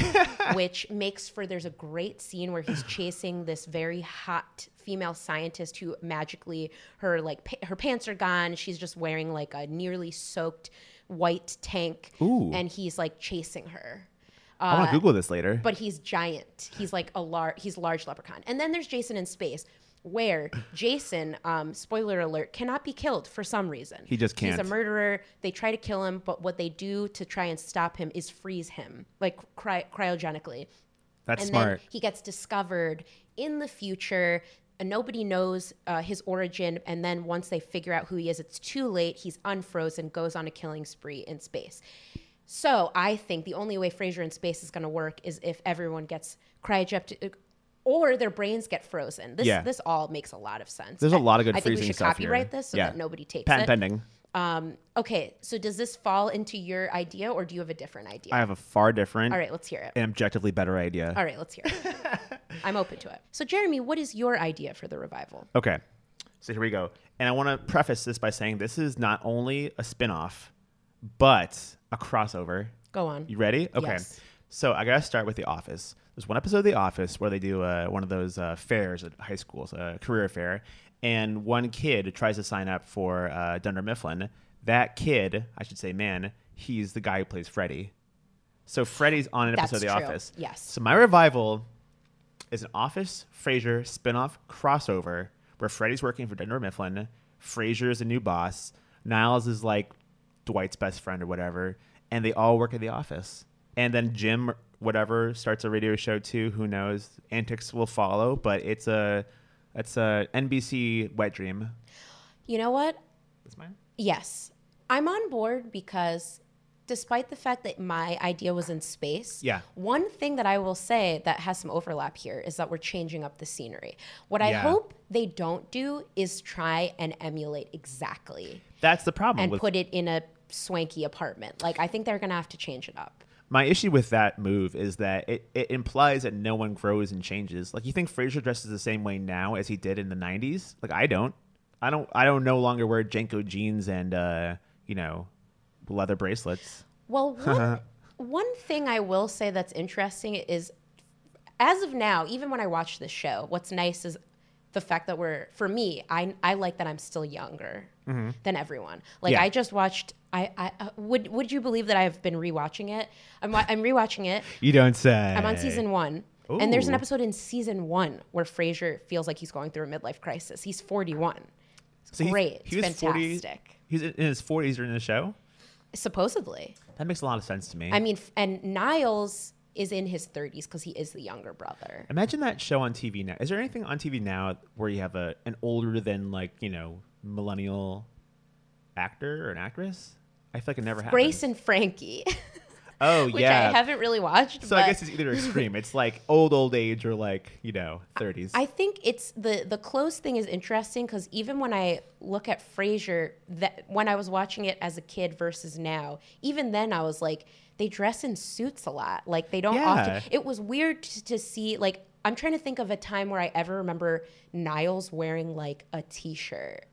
Speaker 1: which makes for there's a great scene where he's chasing this very hot female scientist who magically her like pa- her pants are gone. She's just wearing like a nearly soaked white tank,
Speaker 2: Ooh.
Speaker 1: and he's like chasing her.
Speaker 2: I want to Google this later.
Speaker 1: uh, But he's giant. He's like a large. He's large leprechaun. And then there's Jason in space, where Jason, um, spoiler alert, cannot be killed for some reason.
Speaker 2: He just
Speaker 1: He's
Speaker 2: can't.
Speaker 1: a murderer. They try to kill him, but what they do to try and stop him is freeze him, like cry- cryogenically
Speaker 2: That's
Speaker 1: and
Speaker 2: smart.
Speaker 1: then he gets discovered in the future and nobody knows uh, his origin and then once they figure out who he is it's too late he's unfrozen goes on a killing spree in space so i think the only way frasier in space is going to work is if everyone gets cryogenic or their brains get frozen this
Speaker 2: Yeah.
Speaker 1: this all makes a lot of sense
Speaker 2: There's a lot of good
Speaker 1: i think we
Speaker 2: freezing
Speaker 1: should
Speaker 2: stuff here.
Speaker 1: copyright this so
Speaker 2: Yeah.
Speaker 1: that nobody takes
Speaker 2: Patent
Speaker 1: it
Speaker 2: pending.
Speaker 1: okay so does this fall into your idea or do you have a different idea
Speaker 2: I have a far different
Speaker 1: all right let's hear it
Speaker 2: and objectively better idea.
Speaker 1: all right, let's hear it. I'm open to it. So, Jeremy, what is your idea for the revival?
Speaker 2: Okay. So here we go. And I want to preface this by saying this is not only a spin-off, but a crossover.
Speaker 1: Go on.
Speaker 2: You ready? Okay.
Speaker 1: Yes.
Speaker 2: So I gotta start with The Office. There's one episode of The Office where they do uh, one of those uh, fairs at high schools, a career fair, and one kid tries to sign up for uh, Dunder Mifflin. That kid, I should say, man, he's the guy who plays Freddy. So Freddy's on an
Speaker 1: That's
Speaker 2: episode of The
Speaker 1: true.
Speaker 2: Office.
Speaker 1: Yes.
Speaker 2: So my revival is an Office Frasier spinoff crossover where Freddy's working for Dunder Mifflin, Frasier is a new boss, Niles is like Dwight's best friend or whatever, and they all work at the office. And then Jim whatever starts a radio show too. Who knows? Antics will follow, but it's a it's a NBC wet dream.
Speaker 1: You know what?
Speaker 2: That's mine.
Speaker 1: Yes, I'm on board because despite the fact that my idea was in space,
Speaker 2: Yeah.
Speaker 1: one thing that I will say that has some overlap here is that we're changing up the scenery. What I
Speaker 2: Yeah.
Speaker 1: hope they don't do is try and emulate exactly
Speaker 2: That's the problem
Speaker 1: and
Speaker 2: with
Speaker 1: put it in a swanky apartment. Like, I think they're going to have to change it up.
Speaker 2: My issue with that move is that it, it implies that no one grows and changes. Like you think Fraser dresses the same way now as he did in the '90s. Like I don't. I don't. I don't no longer wear Jenko jeans and uh, you know leather bracelets.
Speaker 1: Well, one, one thing I will say that's interesting is as of now, even when I watch this show, what's nice is the fact that we're, for me, I, I like that I'm still younger than everyone. Like,
Speaker 2: Mm-hmm. Yeah.
Speaker 1: I just watched. I, I uh, would would you believe that I've been rewatching it? I'm wa- I'm rewatching it.
Speaker 2: You don't say.
Speaker 1: I'm on season one, and there's an
Speaker 2: Ooh.
Speaker 1: episode in season one where Frasier feels like he's going through a midlife crisis. He's 41. It's
Speaker 2: So he-
Speaker 1: great.
Speaker 2: he
Speaker 1: it's
Speaker 2: was 40
Speaker 1: fantastic.
Speaker 2: He's in his 40s during the show.
Speaker 1: Supposedly,
Speaker 2: That makes a lot of sense to me.
Speaker 1: I mean, f- and Niles is in his 30s because he is the younger brother.
Speaker 2: Imagine that show on TV now. Is there anything on TV now where you have a an older than like you know millennial actor or an actress? I feel like it never happens.
Speaker 1: Grace and Frankie.
Speaker 2: Oh
Speaker 1: which
Speaker 2: yeah.
Speaker 1: I haven't really watched.
Speaker 2: so
Speaker 1: but
Speaker 2: I guess it's either extreme. It's like old old age or like you know 30s.
Speaker 1: I think it's the the clothes thing is interesting because even when I look at Frasier, that when I was watching it as a kid versus now, even then I was like, they dress in suits a lot. Like they don't
Speaker 2: Yeah.
Speaker 1: often. It was weird to, to see. Like I'm trying to think of a time where I ever remember Niles wearing like a t-shirt.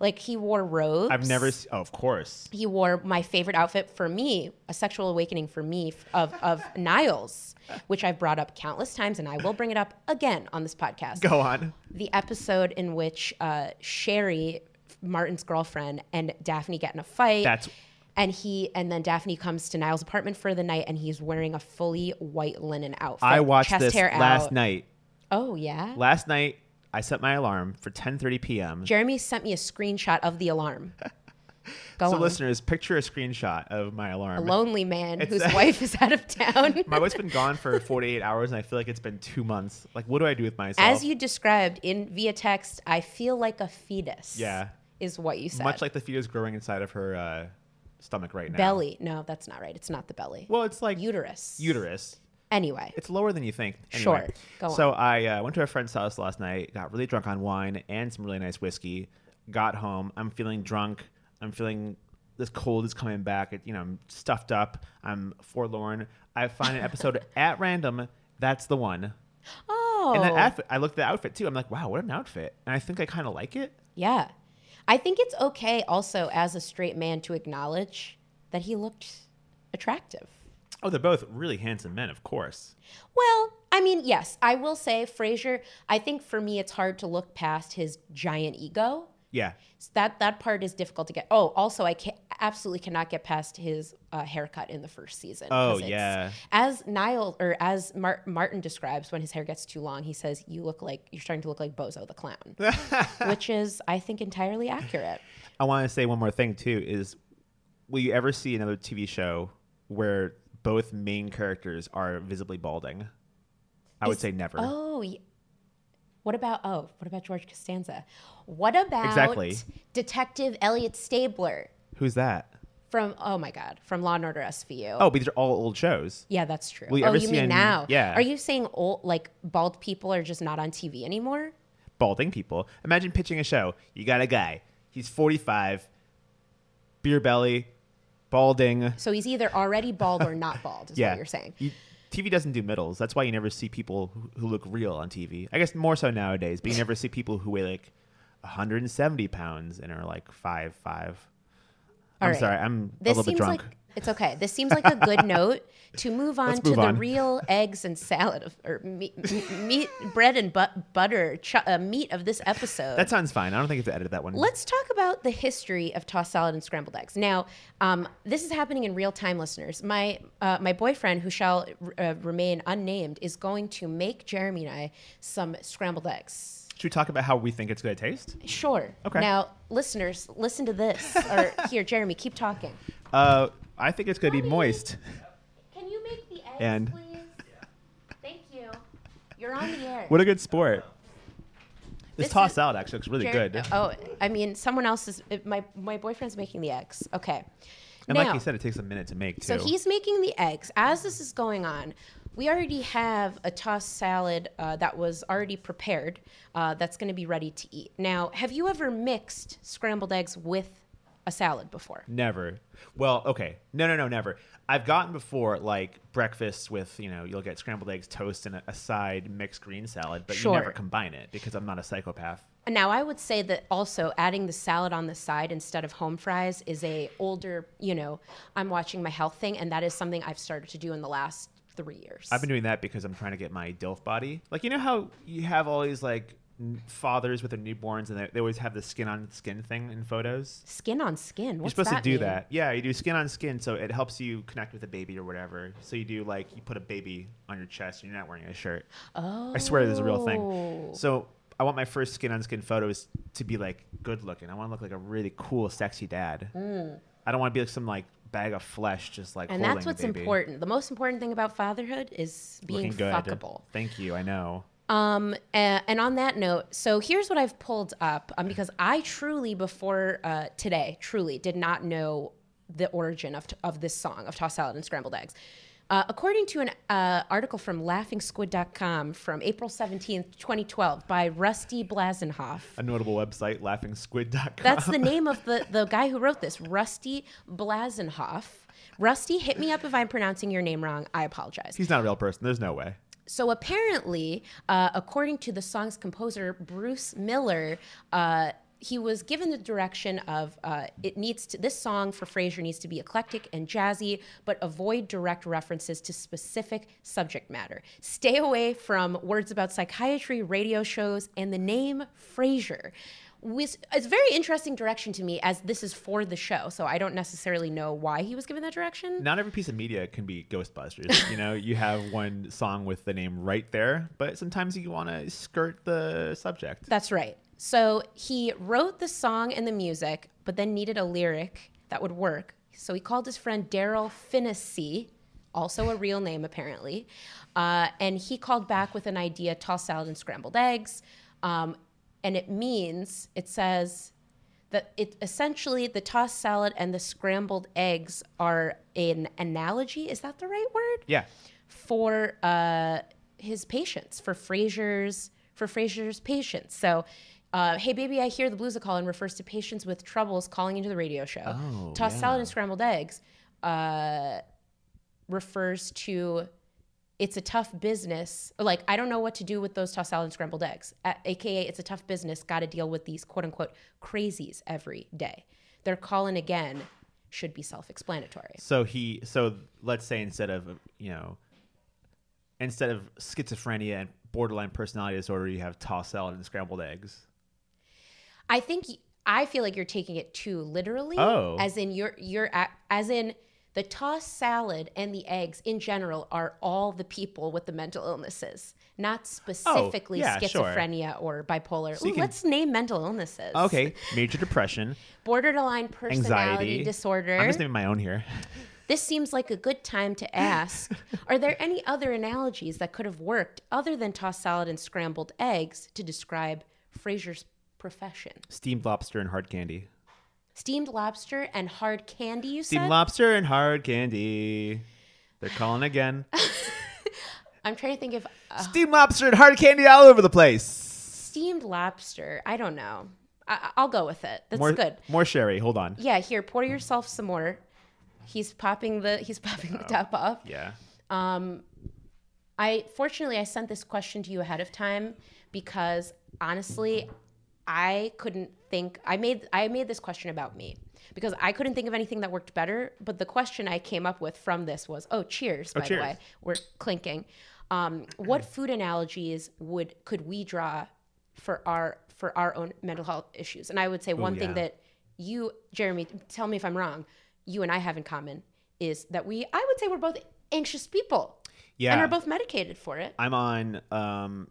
Speaker 1: Like he wore robes.
Speaker 2: I've never. Se- oh, of course.
Speaker 1: he wore my favorite outfit for me, a sexual awakening for me f- of of Niles, which I've brought up countless times, and I will bring it up again on this podcast.
Speaker 2: Go on.
Speaker 1: The episode in which uh, Sherry, Martin's girlfriend, and Daphne get in a fight.
Speaker 2: That's-
Speaker 1: and he and then Daphne comes to Niles' apartment for the night, and he's wearing a fully white linen outfit.
Speaker 2: I watched
Speaker 1: chest
Speaker 2: this
Speaker 1: hair
Speaker 2: last
Speaker 1: out.
Speaker 2: night.
Speaker 1: Oh yeah.
Speaker 2: Last night I set my alarm for 10:30 p.m.
Speaker 1: Jeremy sent me a screenshot of the alarm. Go
Speaker 2: So
Speaker 1: on.
Speaker 2: listeners, picture a screenshot of my
Speaker 1: a
Speaker 2: alarm.
Speaker 1: lonely man
Speaker 2: It's-
Speaker 1: whose wife is out of town.
Speaker 2: My wife's been gone for 48 hours, and I feel like it's been two months. Like, what do I do with myself?
Speaker 1: As you described in via text, I feel like a fetus.
Speaker 2: Yeah.
Speaker 1: Is what you said.
Speaker 2: much like the fetus growing inside of her uh, stomach right now.
Speaker 1: belly. No, that's not right. It's not the belly.
Speaker 2: Well, it's like
Speaker 1: uterus.
Speaker 2: uterus.
Speaker 1: Anyway.
Speaker 2: It's lower than you think.
Speaker 1: Sure. Go on.
Speaker 2: So I uh, went to a friend's house last night, got really drunk on wine and some really nice whiskey. Got home. I'm feeling drunk. I'm feeling this cold is coming back. It, you know, I'm stuffed up. I'm forlorn. I find an episode at random. That's the one.
Speaker 1: oh.
Speaker 2: And that outfit, I looked at the outfit too. I'm like, wow, what an outfit. And I think I kind of like it.
Speaker 1: yeah. I think it's okay also as a straight man to acknowledge that he looked attractive.
Speaker 2: Oh, they're both really handsome men, of course.
Speaker 1: Well, I mean, yes, I will say Frasier, I think for me it's hard to look past his giant ego.
Speaker 2: Yeah.
Speaker 1: So that that part is difficult to get. Oh, also, I can absolutely cannot get past his uh, haircut in the first season. 'cause
Speaker 2: Oh,
Speaker 1: it's-
Speaker 2: yeah.
Speaker 1: As Niall or as Mar- Martin describes, when his hair gets too long, he says, "You look like you're starting to look like Bozo the Clown," which is, I think, entirely accurate.
Speaker 2: I want to say one more thing too is will you ever see another TV show where both main characters are visibly balding? I would
Speaker 1: Is-
Speaker 2: say never.
Speaker 1: Oh, y- what about oh, what about George Costanza? What about
Speaker 2: Exactly.
Speaker 1: Detective Elliot Stabler
Speaker 2: Who's that?
Speaker 1: from Oh my God, from Law and Order SVU?
Speaker 2: Oh, but these are all old shows.
Speaker 1: Yeah, that's true.
Speaker 2: Will you
Speaker 1: oh,
Speaker 2: ever
Speaker 1: you
Speaker 2: see
Speaker 1: mean
Speaker 2: an-
Speaker 1: now?
Speaker 2: yeah.
Speaker 1: Are you saying old, like bald people are just not on TV anymore?
Speaker 2: Balding people. Imagine pitching a show. You got a guy. He's 45, beer belly, balding.
Speaker 1: So he's either already bald or not bald, is
Speaker 2: yeah.
Speaker 1: what you're saying.
Speaker 2: You- TV doesn't do middles. That's why you never see people who- who look real on TV. I guess more so nowadays, but you never see people who weigh like 170 pounds and are like five five.
Speaker 1: All
Speaker 2: I'm
Speaker 1: right.
Speaker 2: sorry, I'm a
Speaker 1: This
Speaker 2: little bit
Speaker 1: seems
Speaker 2: drunk.
Speaker 1: like it's okay. This seems like a good note to move on to
Speaker 2: move
Speaker 1: the
Speaker 2: on.
Speaker 1: real eggs and salad of, or meat, m- meat, bread and but, butter, ch- uh, meat of this episode.
Speaker 2: that sounds fine. I don't think it's edited that one.
Speaker 1: Let's talk about the history of tossed salad and scrambled eggs. Now, um, this is happening in real time, listeners. My uh, my boyfriend, who shall uh, remain unnamed, is going to make Jeremy and I some scrambled eggs.
Speaker 2: Should we talk about how we think it's going to taste?
Speaker 1: Sure.
Speaker 2: Okay.
Speaker 1: Now, listeners, listen to this. or here, Jeremy, keep talking.
Speaker 2: Uh, I think it's going to be
Speaker 1: Honey.
Speaker 2: moist.
Speaker 1: Can you make the eggs,
Speaker 2: And-
Speaker 1: please? Thank you. You're on the air.
Speaker 2: What a good sport. This,
Speaker 1: This
Speaker 2: tossed
Speaker 1: is-
Speaker 2: salad actually looks really
Speaker 1: Jer-
Speaker 2: good.
Speaker 1: Oh, I mean, someone else is. My my boyfriend's making the eggs. Okay.
Speaker 2: and
Speaker 1: Now-
Speaker 2: like you said, it takes a minute to make too.
Speaker 1: So he's making the eggs. As this is going on, we already have a tossed salad uh, that was already prepared uh, that's going to be ready to eat. Now, have you ever mixed scrambled eggs with a salad before?
Speaker 2: Never. Well, okay. No, no, no, never. I've gotten before like breakfasts with, you know, you'll get scrambled eggs, toast, and a, a side mixed green salad, but you
Speaker 1: Sure.
Speaker 2: never combine it because I'm not a psychopath.
Speaker 1: Now, I would say that also adding the salad on the side instead of home fries is a older, you know, I'm watching my health thing, and that is something I've started to do in the last three years.
Speaker 2: I've been doing that because I'm trying to get my DILF body. Like, you know how you have all these like n- fathers with their newborns and they, they always have the skin on skin thing in photos?
Speaker 1: skin on skin. What's
Speaker 2: You're supposed
Speaker 1: that
Speaker 2: to do
Speaker 1: mean?
Speaker 2: that. Yeah, you do skin on skin, so it helps you connect with the baby or whatever. So you do like you put a baby on your chest and you're not wearing a shirt.
Speaker 1: Oh.
Speaker 2: I swear this is a real thing. So I want my first skin on skin photos to be like good looking. I want to look like a really cool, sexy dad. I don't want to be like some like bag of flesh just like
Speaker 1: Mm. And
Speaker 2: holding
Speaker 1: that's
Speaker 2: the
Speaker 1: what's
Speaker 2: baby.
Speaker 1: important. The most important thing about fatherhood is being
Speaker 2: Looking good.
Speaker 1: fuckable.
Speaker 2: Thank you. I know.
Speaker 1: Um, and, and on that note, so here's what I've pulled up um, because I truly, before uh, today, truly did not know the origin of, of this song of tossed salad and scrambled eggs. Uh, according to an uh, article from LaughingSquid.com from April 17th, 2012, by Rusty Blasenhoff.
Speaker 2: A notable website, LaughingSquid.com.
Speaker 1: That's the name of the, the guy who wrote this, Rusty Blasenhoff. Rusty, hit me up if I'm pronouncing your name wrong. I apologize.
Speaker 2: He's not a real person. There's no way.
Speaker 1: So apparently, uh, according to the song's composer Bruce Miller, uh, he was given the direction of uh, it needs to this song for Frasier needs to be eclectic and jazzy, but avoid direct references to specific subject matter. Stay away from words about psychiatry, radio shows, and the name Frasier. Which it's a very interesting direction to me as this is for the show, so I don't necessarily know why he was given that direction.
Speaker 2: Not every piece of media can be Ghostbusters. you know, you have one song with the name right there, but sometimes you want to skirt the subject.
Speaker 1: That's right. So he wrote the song and the music, but then needed a lyric that would work. So he called his friend Daryl Finnessy, also a real name apparently, uh, and he called back with an idea: tossed salad and scrambled eggs. Um, and it means it says that it essentially the tossed salad and the scrambled eggs are an analogy. Is that the right word
Speaker 2: Yeah.
Speaker 1: for uh, his patients for Frasier's for Frasier's patients? So. Uh, hey baby, I hear the blues a calling refers to patients with troubles calling into the radio show.
Speaker 2: Oh,
Speaker 1: Tossed salad
Speaker 2: yeah.
Speaker 1: and scrambled eggs uh, refers to it's a tough business. Like, I don't know what to do with those tossed salad and scrambled eggs. A- AKA, it's a tough business. Got to deal with these quote unquote crazies every day. Their calling again should be self explanatory.
Speaker 2: So he, so let's say instead of you know, instead of schizophrenia and borderline personality disorder, you have tossed salad and scrambled eggs.
Speaker 1: I think y- I feel like you're taking it too literally.
Speaker 2: Oh.
Speaker 1: As in you're you're a as in the tossed salad and the eggs in general are all the people with the mental illnesses, not specifically
Speaker 2: Oh, yeah, sure.
Speaker 1: schizophrenia or bipolar.
Speaker 2: So you
Speaker 1: Ooh,
Speaker 2: can-
Speaker 1: Let's name mental illnesses.
Speaker 2: Okay, major depression,
Speaker 1: Borderline personality
Speaker 2: anxiety,
Speaker 1: disorder.
Speaker 2: I'm just naming my own here.
Speaker 1: This seems like a good time to ask Are there any other analogies that could have worked other than tossed salad and scrambled eggs to describe Fraser's profession?
Speaker 2: Steamed lobster and hard candy.
Speaker 1: Steamed lobster and hard candy, you
Speaker 2: Steamed
Speaker 1: said?
Speaker 2: lobster and hard candy. They're calling again.
Speaker 1: I'm trying to think if uh,
Speaker 2: Steamed lobster and hard candy all over the place.
Speaker 1: steamed lobster. I don't know. I- I'll go with it. That's
Speaker 2: more,
Speaker 1: good.
Speaker 2: More sherry. Hold on.
Speaker 1: Yeah, here, pour yourself some more. He's popping the he's popping
Speaker 2: Oh.
Speaker 1: the top off.
Speaker 2: Yeah.
Speaker 1: I fortunately I sent this question to you ahead of time because honestly, I couldn't think I made I made this question about me because I couldn't think of anything that worked better, but the question I came up with from this was, oh, cheers by
Speaker 2: cheers. Mm.
Speaker 1: the way. We're clinking. Um, what food analogies would could we draw for our for our own mental health issues? And I would say one
Speaker 2: yeah.
Speaker 1: thing that you, Jeremy, tell me if I'm wrong, you and I have in common is that we I would say we're both anxious people
Speaker 2: Yeah.
Speaker 1: and are both medicated for it.
Speaker 2: I'm on. Um,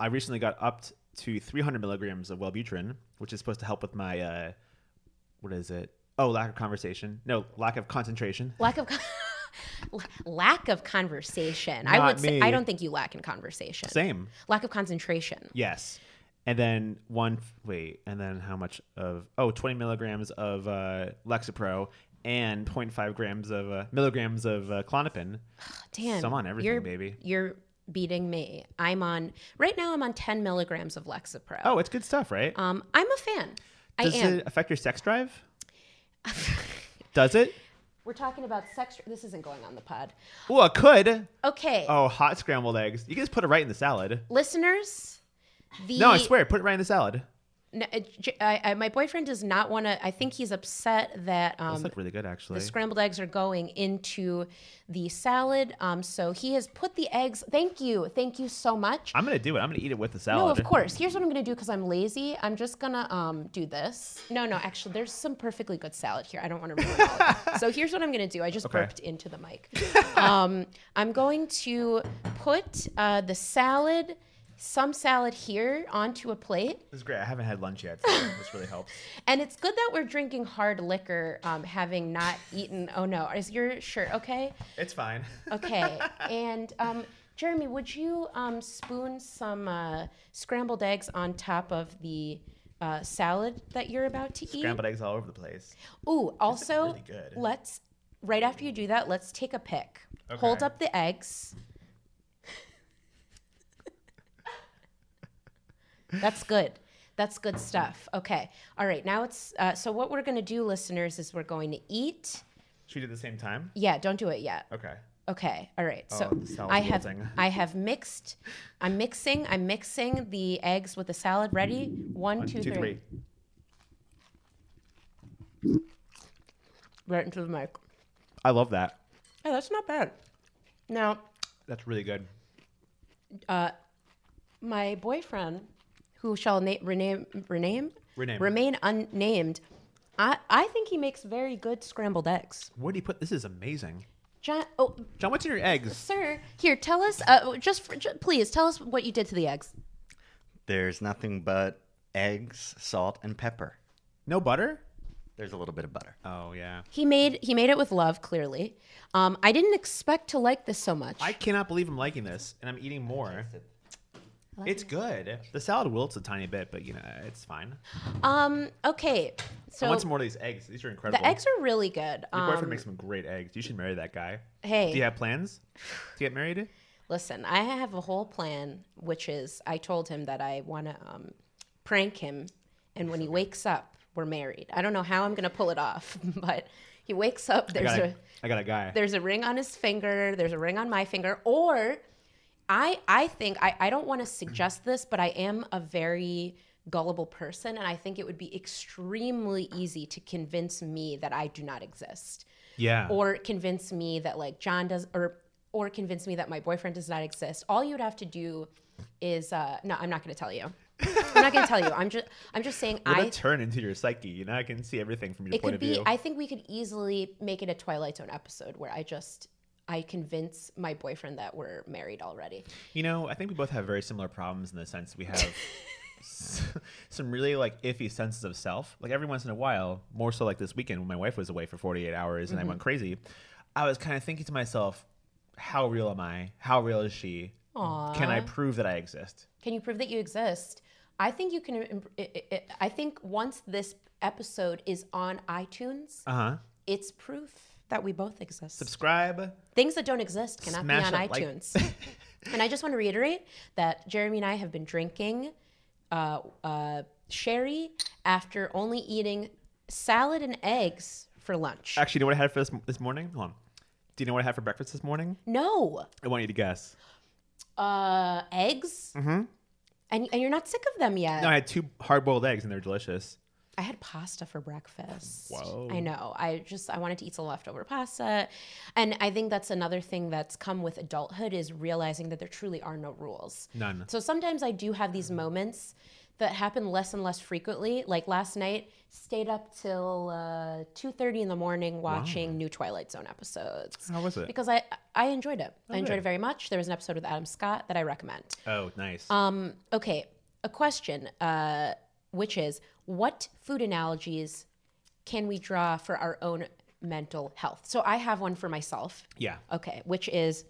Speaker 2: I recently got upped to 300 milligrams of Wellbutrin, which is supposed to help with my uh, what is it? Oh, lack of conversation. No, lack of concentration.
Speaker 1: Lack of con- lack of conversation. I
Speaker 2: Not
Speaker 1: would say
Speaker 2: me.
Speaker 1: I don't think you lack in conversation.
Speaker 2: Same.
Speaker 1: Lack of concentration.
Speaker 2: Yes. And then one. Wait. And then how much of? Oh, 20 milligrams of uh, Lexapro and 0.5 grams of uh, milligrams of uh, Clonopin.
Speaker 1: Damn.
Speaker 2: So I'm on everything,
Speaker 1: you're-
Speaker 2: baby.
Speaker 1: You're beating me. I'm on right now I'm on 10 milligrams of Lexapro.
Speaker 2: Oh, it's good stuff, right?
Speaker 1: Um I'm a fan.
Speaker 2: Does
Speaker 1: I am.
Speaker 2: it affect your sex drive? Does it?
Speaker 1: We're talking about sex this isn't going on the pod.
Speaker 2: Well, it could.
Speaker 1: Okay.
Speaker 2: Oh, hot scrambled eggs. You can just put it right in the salad.
Speaker 1: Listeners, the
Speaker 2: No, I swear, put it right in the salad.
Speaker 1: No, uh, J- I- I- my boyfriend does not want to I think he's upset that um
Speaker 2: This looked really good, actually.
Speaker 1: The scrambled eggs are going into the salad. Um, so he has put the eggs. Thank you. Thank you so much.
Speaker 2: I'm gonna do it. I'm gonna eat it with the
Speaker 1: no,
Speaker 2: salad.
Speaker 1: of course. Here's what I'm going to do because I'm lazy. I'm just going to um, do this. No, no, actually, there's some perfectly good salad here. I don't want to ruin all of it. So here's what I'm going to do. I just burped into the mic. Um, I'm going to put uh, the salad, some salad here, onto a plate.
Speaker 2: This is great. I haven't had lunch yet, so this really helps.
Speaker 1: And it's good that we're drinking hard liquor, um, having not eaten. Oh, no. Is your shirt okay?
Speaker 2: It's fine.
Speaker 1: Okay. and um, Jeremy, would you um, spoon some uh, scrambled eggs on top of the uh, salad that you're about to eat.
Speaker 2: Scrambled eggs all over the place.
Speaker 1: Ooh, also,
Speaker 2: really good.
Speaker 1: let's right after you do that, let's take a pic. Hold
Speaker 2: Okay.
Speaker 1: up the eggs. That's good. That's good stuff. Okay. All right. Now it's uh, so what we're gonna do, listeners, is we're going to eat.
Speaker 2: Should we do it at the same time?
Speaker 1: Yeah. Don't do it yet.
Speaker 2: Okay.
Speaker 1: Okay. All right. So
Speaker 2: Oh, the salad's
Speaker 1: I have
Speaker 2: wilting.
Speaker 1: I have mixed. I'm mixing. I'm mixing the eggs with the salad. Ready? One,
Speaker 2: One,
Speaker 1: two, three.
Speaker 2: two, three.
Speaker 1: Right into the mic.
Speaker 2: I love that.
Speaker 1: Oh, that's not bad. Now,
Speaker 2: That's really good.
Speaker 1: my boyfriend, who shall na- rename, rename,
Speaker 2: Rename.
Speaker 1: remain unnamed, I, I think he makes very good scrambled eggs.
Speaker 2: Where do you put this? Is amazing.
Speaker 1: John, oh,
Speaker 2: John, what's in your eggs?
Speaker 1: sir, here, tell us, uh, just, for, ju- please tell us what you did to the eggs.
Speaker 3: There's nothing but eggs, salt, and pepper.
Speaker 2: No butter?
Speaker 3: There's a little bit of butter.
Speaker 2: Oh yeah.
Speaker 1: He made he made it with love, clearly. Um, I didn't expect to like this so much.
Speaker 2: I cannot believe I'm liking this, and I'm eating more. It's good. The salad wilts a tiny bit, but you know it's fine.
Speaker 1: um, okay,
Speaker 2: I
Speaker 1: so
Speaker 2: want some more of these eggs. These are incredible.
Speaker 1: the eggs are really good.
Speaker 2: Your
Speaker 1: Um,
Speaker 2: boyfriend makes some great eggs. You should marry that guy.
Speaker 1: hey,
Speaker 2: Do you have plans to get married?
Speaker 1: Listen, I have a whole plan, which is I told him that I want to um, prank him, and when he wakes up, we're married. I don't know how I'm gonna pull it off, but he wakes up.
Speaker 2: I
Speaker 1: There's
Speaker 2: got,
Speaker 1: a
Speaker 2: a, I got a guy.
Speaker 1: there's a ring on his finger. There's a ring on my finger. Or I I think I I don't want to suggest this, but I am a very gullible person, and I think it would be extremely easy to convince me that I do not exist
Speaker 2: Yeah.
Speaker 1: or convince me that like John does or or convince me that my boyfriend does not exist. All you would have to do is uh no, I'm not going to tell you. I'm not going to tell you. I'm just I'm just saying
Speaker 2: what
Speaker 1: I
Speaker 2: a turn into your psyche. You know, I can see everything from your
Speaker 1: it
Speaker 2: point
Speaker 1: could
Speaker 2: of
Speaker 1: be
Speaker 2: view.
Speaker 1: I think we could easily make it a Twilight Zone episode where I just I convince my boyfriend that we're married already.
Speaker 2: You know, I think we both have very similar problems in the sense we have s- some really like iffy senses of self. Like every once in a while, more so like this weekend when my wife was away for 48 hours and I
Speaker 1: Mm-hmm.
Speaker 2: went crazy, I was kind of thinking to myself, how real am I? How real is she? Can I prove that I exist?
Speaker 1: Can you prove that you exist? I think you can im- i- i- i- I think once this episode is on iTunes,
Speaker 2: Uh huh.
Speaker 1: it's proof that we both exist.
Speaker 2: Subscribe.
Speaker 1: things that don't exist cannot
Speaker 2: Smash
Speaker 1: be on
Speaker 2: that like-
Speaker 1: iTunes. and I just want to reiterate that Jeremy and I have been drinking uh, uh, sherry after only eating salad and eggs for lunch.
Speaker 2: Actually, you know what I had for this, this morning? Hold on. Do you know what I had for breakfast this morning?
Speaker 1: No,
Speaker 2: I want you to guess.
Speaker 1: uh, eggs. Mm-hmm. And, and you're not sick of them yet.
Speaker 2: No, I had two hard boiled eggs and they're delicious.
Speaker 1: I had pasta for breakfast.
Speaker 2: Whoa.
Speaker 1: I know. I just I wanted to eat some leftover pasta. And I think that's another thing that's come with adulthood is realizing that there truly are no rules.
Speaker 2: None.
Speaker 1: So sometimes I do have these moments that happen less and less frequently. Like last night, stayed up till uh, two thirty in the morning watching new Twilight Zone episodes
Speaker 2: How was it? Oh,
Speaker 1: because I I enjoyed it. I enjoyed
Speaker 2: good.
Speaker 1: it very much. There was an episode with Adam Scott that I recommend.
Speaker 2: Oh, nice.
Speaker 1: Um, okay, a question, uh, which is what food analogies can we draw for our own mental health? So I have one for myself.
Speaker 2: yeah.
Speaker 1: Okay, which is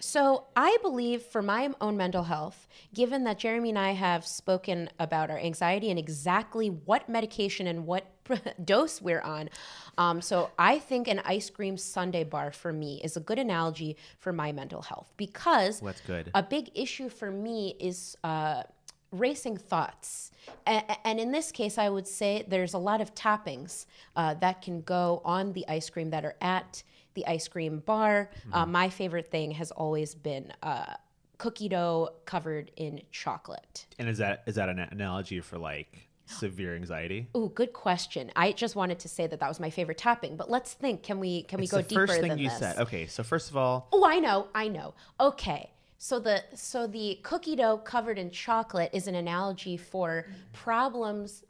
Speaker 1: so I believe for my own mental health, given that Jeremy and I have spoken about our anxiety and exactly what medication and what dose we're on. Um, so I think an ice cream sundae bar for me is a good analogy for my mental health because
Speaker 2: Well, that's good.
Speaker 1: a big issue for me is uh, racing thoughts. A- a- and in this case, I would say there's a lot of toppings uh, that can go on the ice cream that are at the ice cream bar. Uh,
Speaker 2: Mm-hmm.
Speaker 1: my favorite thing has always been uh, cookie dough covered in chocolate.
Speaker 2: And is that is that an analogy for like severe anxiety?
Speaker 1: Ooh, good question. I just wanted to say that that was my favorite topping, but let's think. Can we can
Speaker 2: It's
Speaker 1: we go
Speaker 2: the
Speaker 1: deeper
Speaker 2: first thing
Speaker 1: than
Speaker 2: you
Speaker 1: this?
Speaker 2: said. Okay, so first of all,
Speaker 1: Oh, I know, I know. Okay. So the so the cookie dough covered in chocolate is an analogy for problems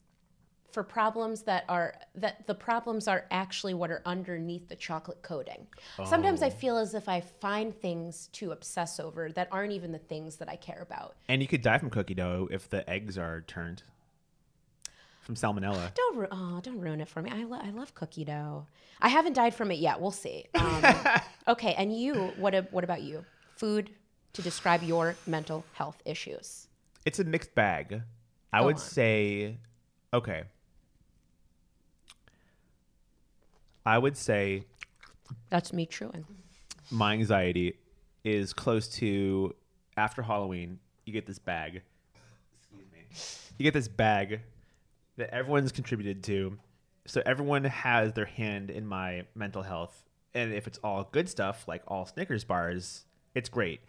Speaker 1: for problems that are that the problems are actually what are underneath the chocolate coating. Sometimes I feel as if I find things to obsess over that aren't even the things that I care about.
Speaker 2: and you could die from cookie dough if the eggs are turned from salmonella.
Speaker 1: Don't ru- oh, don't ruin it for me. I, lo- I love cookie dough. I haven't died from it yet. We'll see. Um, okay, and you? What a- what about you? Food to describe your mental health issues.
Speaker 2: It's a mixed bag. I would
Speaker 1: on.
Speaker 2: say Okay. I would say
Speaker 1: That's me chewing.
Speaker 2: my anxiety is close to after Halloween, you get this bag. Excuse me. You get this bag that everyone's contributed to. So everyone has their hand in my mental health. And if it's all good stuff, like all Snickers bars, it's great.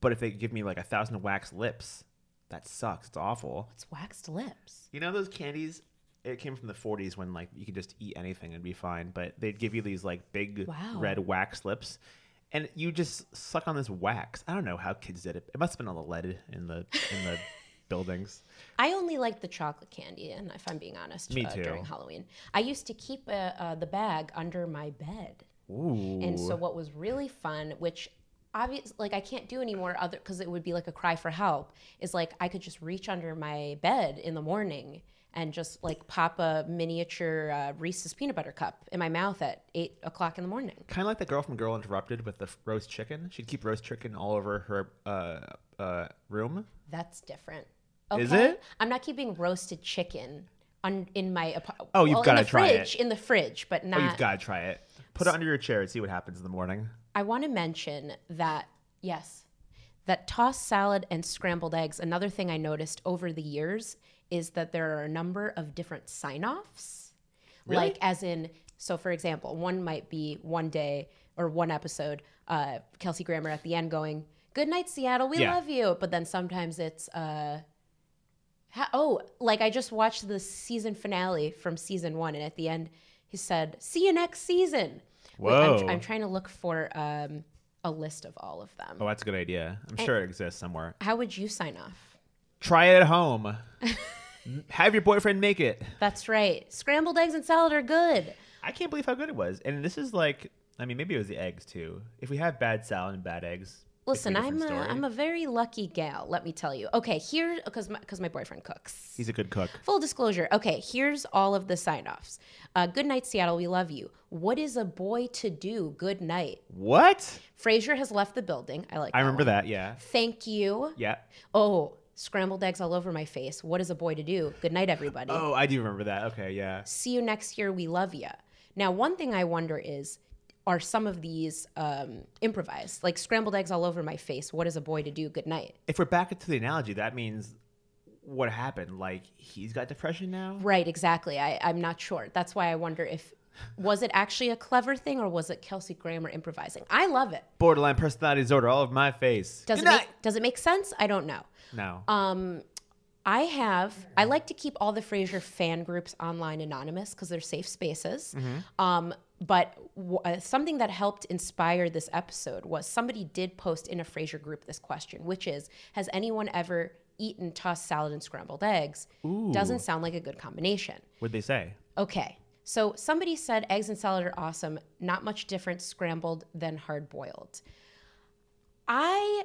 Speaker 2: But if they give me like a thousand wax lips, that sucks. It's awful.
Speaker 1: It's waxed lips.
Speaker 2: You know those candies? It came from the 40s when like you could just eat anything and be fine, but they'd give you these like big
Speaker 1: Wow.
Speaker 2: red wax lips, and you just suck on this wax. I don't know how kids did it. It must have been all the lead in the in the buildings.
Speaker 1: I only like the chocolate candy, and if I'm being honest,
Speaker 2: Me
Speaker 1: uh,
Speaker 2: too.
Speaker 1: during Halloween, I used to keep uh, uh, the bag under my bed.
Speaker 2: Ooh.
Speaker 1: And so, what was really fun, which obvious, like I can't do anymore, other because it would be like a cry for help, is like I could just reach under my bed in the morning and just like pop a miniature uh, Reese's peanut butter cup in my mouth at eight o'clock in the morning.
Speaker 2: Kind of like the girl from Girl Interrupted with the f- roast chicken. She'd keep roast chicken all over her uh, uh, room.
Speaker 1: That's different.
Speaker 2: Is it?
Speaker 1: I'm not keeping roasted chicken on in my apartment.
Speaker 2: Oh, you've gotta
Speaker 1: the
Speaker 2: try it.
Speaker 1: fridge, In the fridge, but not.
Speaker 2: Oh, you've got to try it. Put it under your chair and see what happens in the morning.
Speaker 1: I want to mention that, yes, that tossed salad and scrambled eggs, another thing I noticed over the years is that there are a number of different sign offs. Like, as in, so for example, one might be one day or one episode, uh, Kelsey Grammer at the end going, Good night, Seattle, we
Speaker 2: Yeah.
Speaker 1: love you. But then sometimes it's, uh, ha- oh, like I just watched the season finale from season one, and at the end, he said, See you next season. Wait, I'm,
Speaker 2: Whoa.
Speaker 1: I'm trying to look for um, a list of all of them.
Speaker 2: Oh, that's a good idea. I'm sure it exists somewhere.
Speaker 1: How would you sign off?
Speaker 2: Try it at home. Have your boyfriend make it.
Speaker 1: That's right. Scrambled eggs and salad are good.
Speaker 2: I can't believe how good it was. And this is like, I mean, maybe it was the eggs too. If we have bad salad and bad eggs,
Speaker 1: Listen,
Speaker 2: different
Speaker 1: I'm a,
Speaker 2: story.
Speaker 1: I'm a very lucky gal, let me tell you. Okay, here, because my, 'cause my boyfriend cooks.
Speaker 2: he's a good cook.
Speaker 1: Full disclosure. Okay, here's all of the sign offs. Uh, good night, Seattle. We love you. What is a boy to do? Good night.
Speaker 2: What?
Speaker 1: Frazier has left the building. I like
Speaker 2: I remember
Speaker 1: one.
Speaker 2: that. Yeah.
Speaker 1: Thank you.
Speaker 2: Yeah.
Speaker 1: Oh, scrambled eggs all over my face. What is a boy to do? Good night, everybody.
Speaker 2: Oh, I do remember that. Okay. Yeah.
Speaker 1: see you next year we love you now one thing i wonder is are some of these um, improvised like scrambled eggs all over my face what is a boy to do good night
Speaker 2: If we're back into the analogy, that means what happened? Like, he's got depression now?
Speaker 1: right exactly I, i'm not sure that's why i wonder if was it actually a clever thing or was it kelsey grammer improvising i love it
Speaker 2: Borderline personality disorder all over my face.
Speaker 1: does it, Um,
Speaker 2: Good
Speaker 1: make,
Speaker 2: night.
Speaker 1: does it make sense i don't know
Speaker 2: No.
Speaker 1: I have. I like to keep all the Frasier fan groups online anonymous because they're safe spaces. Um, but w- uh, something that helped inspire this episode was somebody did post in a Frasier group this question, which is, has anyone ever eaten tossed salad and scrambled eggs? Doesn't sound like a good combination.
Speaker 2: What'd they say?
Speaker 1: Okay. So somebody said eggs and salad are awesome, not much different scrambled than hard boiled. I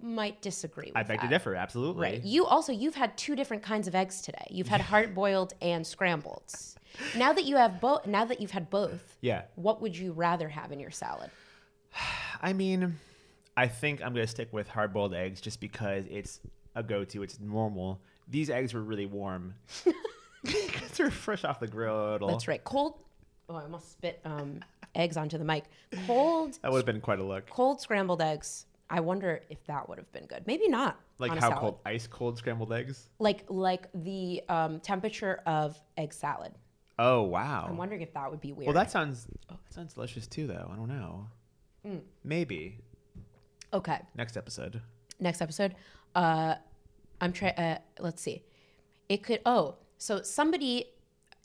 Speaker 1: might disagree with
Speaker 2: I beg
Speaker 1: that.
Speaker 2: to differ. Absolutely.
Speaker 1: Right. You also you've had two different kinds of eggs today. You've had hard boiled and scrambled. Now that you have both, now that you've had both,
Speaker 2: Yeah.
Speaker 1: what would you rather have in your salad?
Speaker 2: I mean, I think I'm gonna stick with hard boiled eggs just because it's a go to. It's normal. These eggs were really warm. 'Cause they're fresh off the griddle.
Speaker 1: That's right. Cold. Oh, I almost spit um, eggs onto the mic. Cold,
Speaker 2: That would have been quite a look.
Speaker 1: cold scrambled eggs. I wonder if that would have been good. Maybe not.
Speaker 2: Like
Speaker 1: on a
Speaker 2: how
Speaker 1: salad.
Speaker 2: cold? Ice cold scrambled eggs.
Speaker 1: Like like the um, temperature of egg salad.
Speaker 2: Oh wow.
Speaker 1: I'm wondering if that would be weird.
Speaker 2: well, that sounds oh, that sounds delicious too, though. I don't know.
Speaker 1: Mm.
Speaker 2: Maybe
Speaker 1: okay.
Speaker 2: next episode.
Speaker 1: next episode. Uh, I'm trying. Uh, let's see. It could. Oh, so somebody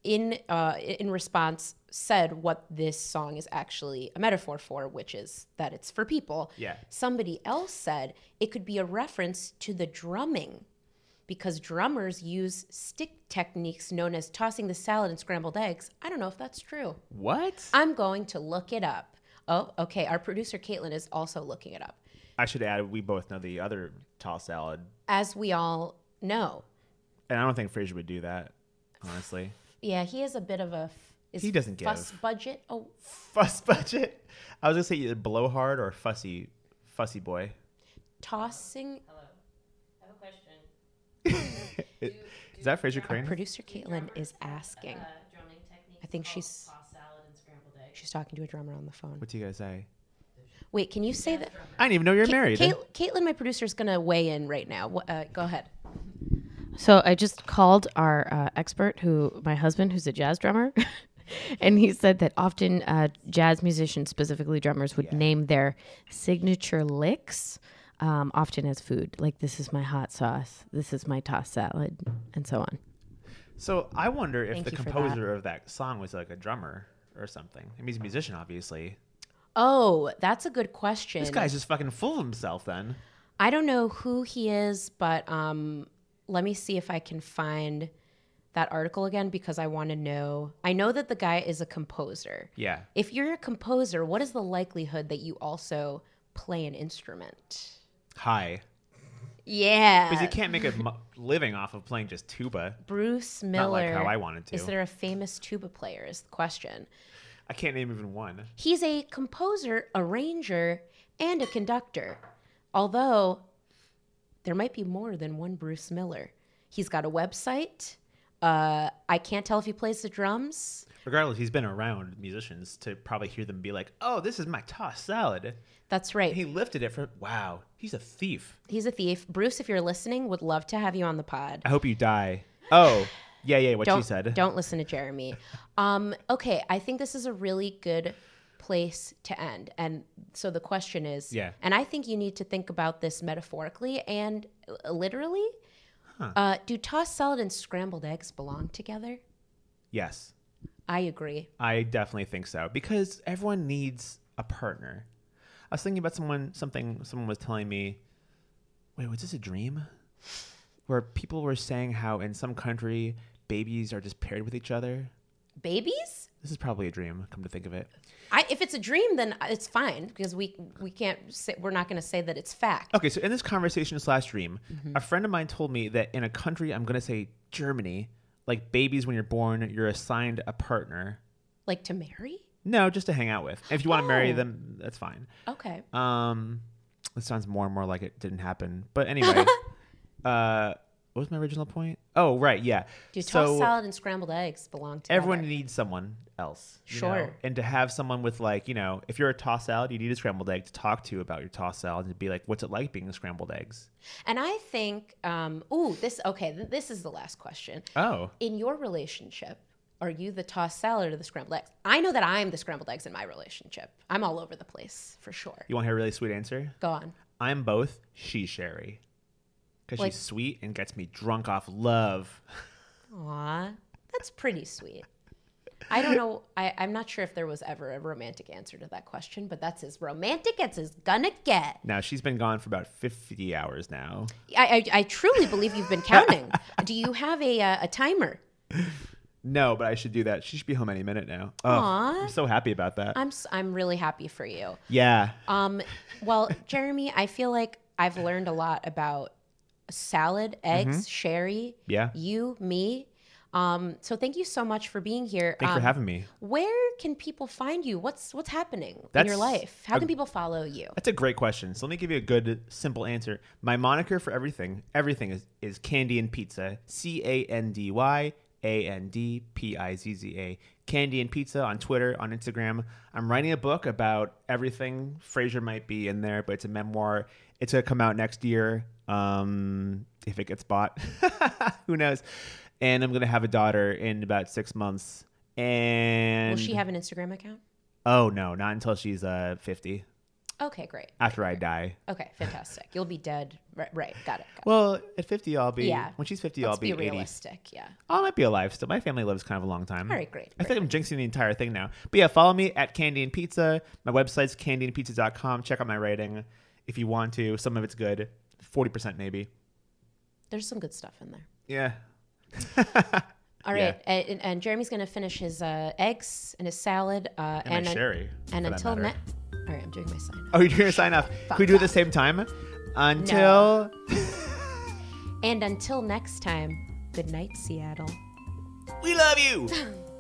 Speaker 1: in uh, in response said what this song is actually a metaphor for, which is that it's for people.
Speaker 2: Yeah.
Speaker 1: Somebody else said it could be a reference to the drumming. Because drummers use stick techniques known as tossing the salad and scrambled eggs. I don't know if that's true.
Speaker 2: What?
Speaker 1: I'm going to look it up. Oh, okay. Our producer, Caitlin, is also looking it up.
Speaker 2: I should add we both know the other toss salad,
Speaker 1: As we all know,
Speaker 2: and I don't think Fraser would do that. Honestly,
Speaker 1: Yeah, he is a bit of a. f- Is
Speaker 2: He doesn't
Speaker 1: fuss
Speaker 2: give.
Speaker 1: budget. Oh,
Speaker 2: fuss budget. I was gonna say either blowhard or fussy, fussy boy.
Speaker 1: tossing.
Speaker 4: Hello. I have a question.
Speaker 2: It-
Speaker 4: Do
Speaker 2: Is that Fraser Crane?
Speaker 1: Producer Caitlin is asking.
Speaker 4: uh, drumming technique.
Speaker 1: I think she's
Speaker 4: Toss salad and scrambled eggs.
Speaker 1: she's talking to a drummer on the phone.
Speaker 2: What do you guys say?
Speaker 1: Wait, can you say that?
Speaker 2: I didn't even know you're married.
Speaker 1: Cait- Caitlin, my producer, is gonna weigh in right now. Wha- Uh, go ahead.
Speaker 5: So I just called our uh, expert, who my husband, who's a jazz drummer, and he said that often uh, jazz musicians, specifically drummers, would name their signature licks um, often as food. Like this is my hot sauce, this is my tossed salad, and so on.
Speaker 2: So I wonder if
Speaker 1: Thank
Speaker 2: the
Speaker 1: you for that.
Speaker 2: composer of that song was like a drummer or something. I mean, he's a musician, obviously.
Speaker 1: Oh, that's a good question.
Speaker 2: This guy's just fucking full of himself. Then
Speaker 1: I don't know who he is, but um, let me see if I can find that article again because I want to know. I know that the guy is a composer.
Speaker 2: yeah,
Speaker 1: If you're a composer, what is the likelihood that you also play an instrument?
Speaker 2: hi.
Speaker 1: Yeah.
Speaker 2: Because
Speaker 1: Uh,
Speaker 2: you can't make a mu- living off of playing just tuba.
Speaker 1: Bruce Miller.
Speaker 2: Not like how I wanted to.
Speaker 1: Is there a famous tuba player? Is the question.
Speaker 2: I can't name even one.
Speaker 1: He's a composer, arranger, and a conductor. Although there might be more than one Bruce Miller. He's got a website. Uh, I can't tell if he plays the drums.
Speaker 2: Regardless, he's been around musicians to probably hear them be like, "Oh, this is my tossed salad."
Speaker 1: That's right.
Speaker 2: He lifted it from. Wow, he's a thief.
Speaker 1: He's a thief. Bruce, if you're listening, would love to have you on the pod.
Speaker 2: I hope you die. Oh, yeah, yeah. What
Speaker 1: don't,
Speaker 2: she said.
Speaker 1: Don't listen to Jeremy. Um, okay, I think this is a really good place to end. And so the question is,
Speaker 2: Yeah.
Speaker 1: and I think you need to think about this metaphorically and uh, literally. Uh, do tossed salad and scrambled eggs belong together?
Speaker 2: Yes.
Speaker 1: I agree.
Speaker 2: I definitely think so because everyone needs a partner. I was thinking about someone something someone was telling me, wait, was this a dream? Where people were saying how in some country babies are just paired with each other.
Speaker 1: Babies?
Speaker 2: This is probably a dream, come to think of it.
Speaker 1: I, if it's a dream, then it's fine because we we can't say, we're not going to say that it's fact.
Speaker 2: Okay, so in this conversation slash dream,
Speaker 1: Mm-hmm.
Speaker 2: a friend of mine told me that in a country, I'm gonna say Germany, like babies when you're born, you're assigned a partner.
Speaker 1: Like to marry?
Speaker 2: No, just to hang out with. If you want to marry
Speaker 1: Oh.
Speaker 2: them, that's fine.
Speaker 1: Okay.
Speaker 2: Um, this sounds more and more like it didn't happen. But anyway, uh, what was my original point? Oh, right, yeah.
Speaker 1: Do tossed
Speaker 2: so
Speaker 1: salad and scrambled eggs belong together?
Speaker 2: everyone needs someone else. you know?
Speaker 1: Sure.
Speaker 2: And to have someone with like, you know, if you're a toss salad, you need a scrambled egg to talk to about your toss salad and be like, what's it like being scrambled eggs?
Speaker 1: And I think, um, ooh, this okay. Th- this is the last question.
Speaker 2: Oh,
Speaker 1: In your relationship, are you the tossed salad or the scrambled eggs? I know that I'm the scrambled eggs in my relationship. I'm all over the place for sure.
Speaker 2: you want to hear a really sweet answer?
Speaker 1: Go on.
Speaker 2: I'm both. She's Sherry. Because
Speaker 1: Like-
Speaker 2: she's sweet and gets me drunk off love.
Speaker 1: Aw, that's pretty sweet. I don't know. I, I'm not sure if there was ever a romantic answer to that question, but that's as romantic as it's gonna get.
Speaker 2: Now, she's been gone for about 50 hours now.
Speaker 1: I, I, I truly believe you've been counting. Do you have a, uh, a timer?
Speaker 2: No, but I should do that. She should be home any minute now. Oh,
Speaker 1: Aw.
Speaker 2: I'm so happy about that.
Speaker 1: I'm s- I'm really happy for you.
Speaker 2: yeah.
Speaker 1: Um, well, Jeremy, I feel like I've learned a lot about salad, eggs, sherry,
Speaker 2: Mm-hmm. Yeah.
Speaker 1: you, me. Um, so thank you so much for being here.
Speaker 2: Thanks
Speaker 1: um,
Speaker 2: for having me.
Speaker 1: Where can people find you? What's what's happening in your
Speaker 2: That's
Speaker 1: life? How
Speaker 2: a-
Speaker 1: can people follow you?
Speaker 2: That's a great question. So let me give you a good, simple answer. My moniker for everything, everything is, is Candy and Pizza. C A N D Y A N D P I Z Z A. Candy and Pizza on Twitter, on Instagram. I'm writing a book about everything. Frasier might be in there, but it's a memoir. It's going to come out next year um, if it gets bought. Who knows? And I'm going to have a daughter in about six months. And
Speaker 1: Will she have an Instagram account?
Speaker 2: Oh no, not until she's uh 50
Speaker 1: Okay, great.
Speaker 2: after I die.
Speaker 1: Okay, fantastic. You'll be dead. Right, right got it. Got it.
Speaker 2: Well, at 50 I'll be
Speaker 1: Yeah.
Speaker 2: when she's 50
Speaker 1: Let's
Speaker 2: I'll be,
Speaker 1: be
Speaker 2: 80.
Speaker 1: realistic. Yeah.
Speaker 2: I might be alive still. My family lives kind of a long time.
Speaker 1: All right, great.
Speaker 2: I think I'm jinxing the entire thing now. But yeah, follow me at Candy and Pizza. My website's candyandpizza.com. Check out my writing if you want to. Some of it's good. 40% maybe.
Speaker 1: There's some good stuff in there.
Speaker 2: Yeah.
Speaker 1: All
Speaker 2: Yeah.
Speaker 1: right, and, and Jeremy's going to finish his uh, eggs and his salad. Uh,
Speaker 2: And, my Sherry.
Speaker 1: And
Speaker 2: for that
Speaker 1: until
Speaker 2: matter.
Speaker 1: next. All right, I'm doing my sign.
Speaker 2: Oh, you're doing a sign off. Could we do it at the same time? Until
Speaker 1: And until next time, good night, Seattle.
Speaker 2: we love you.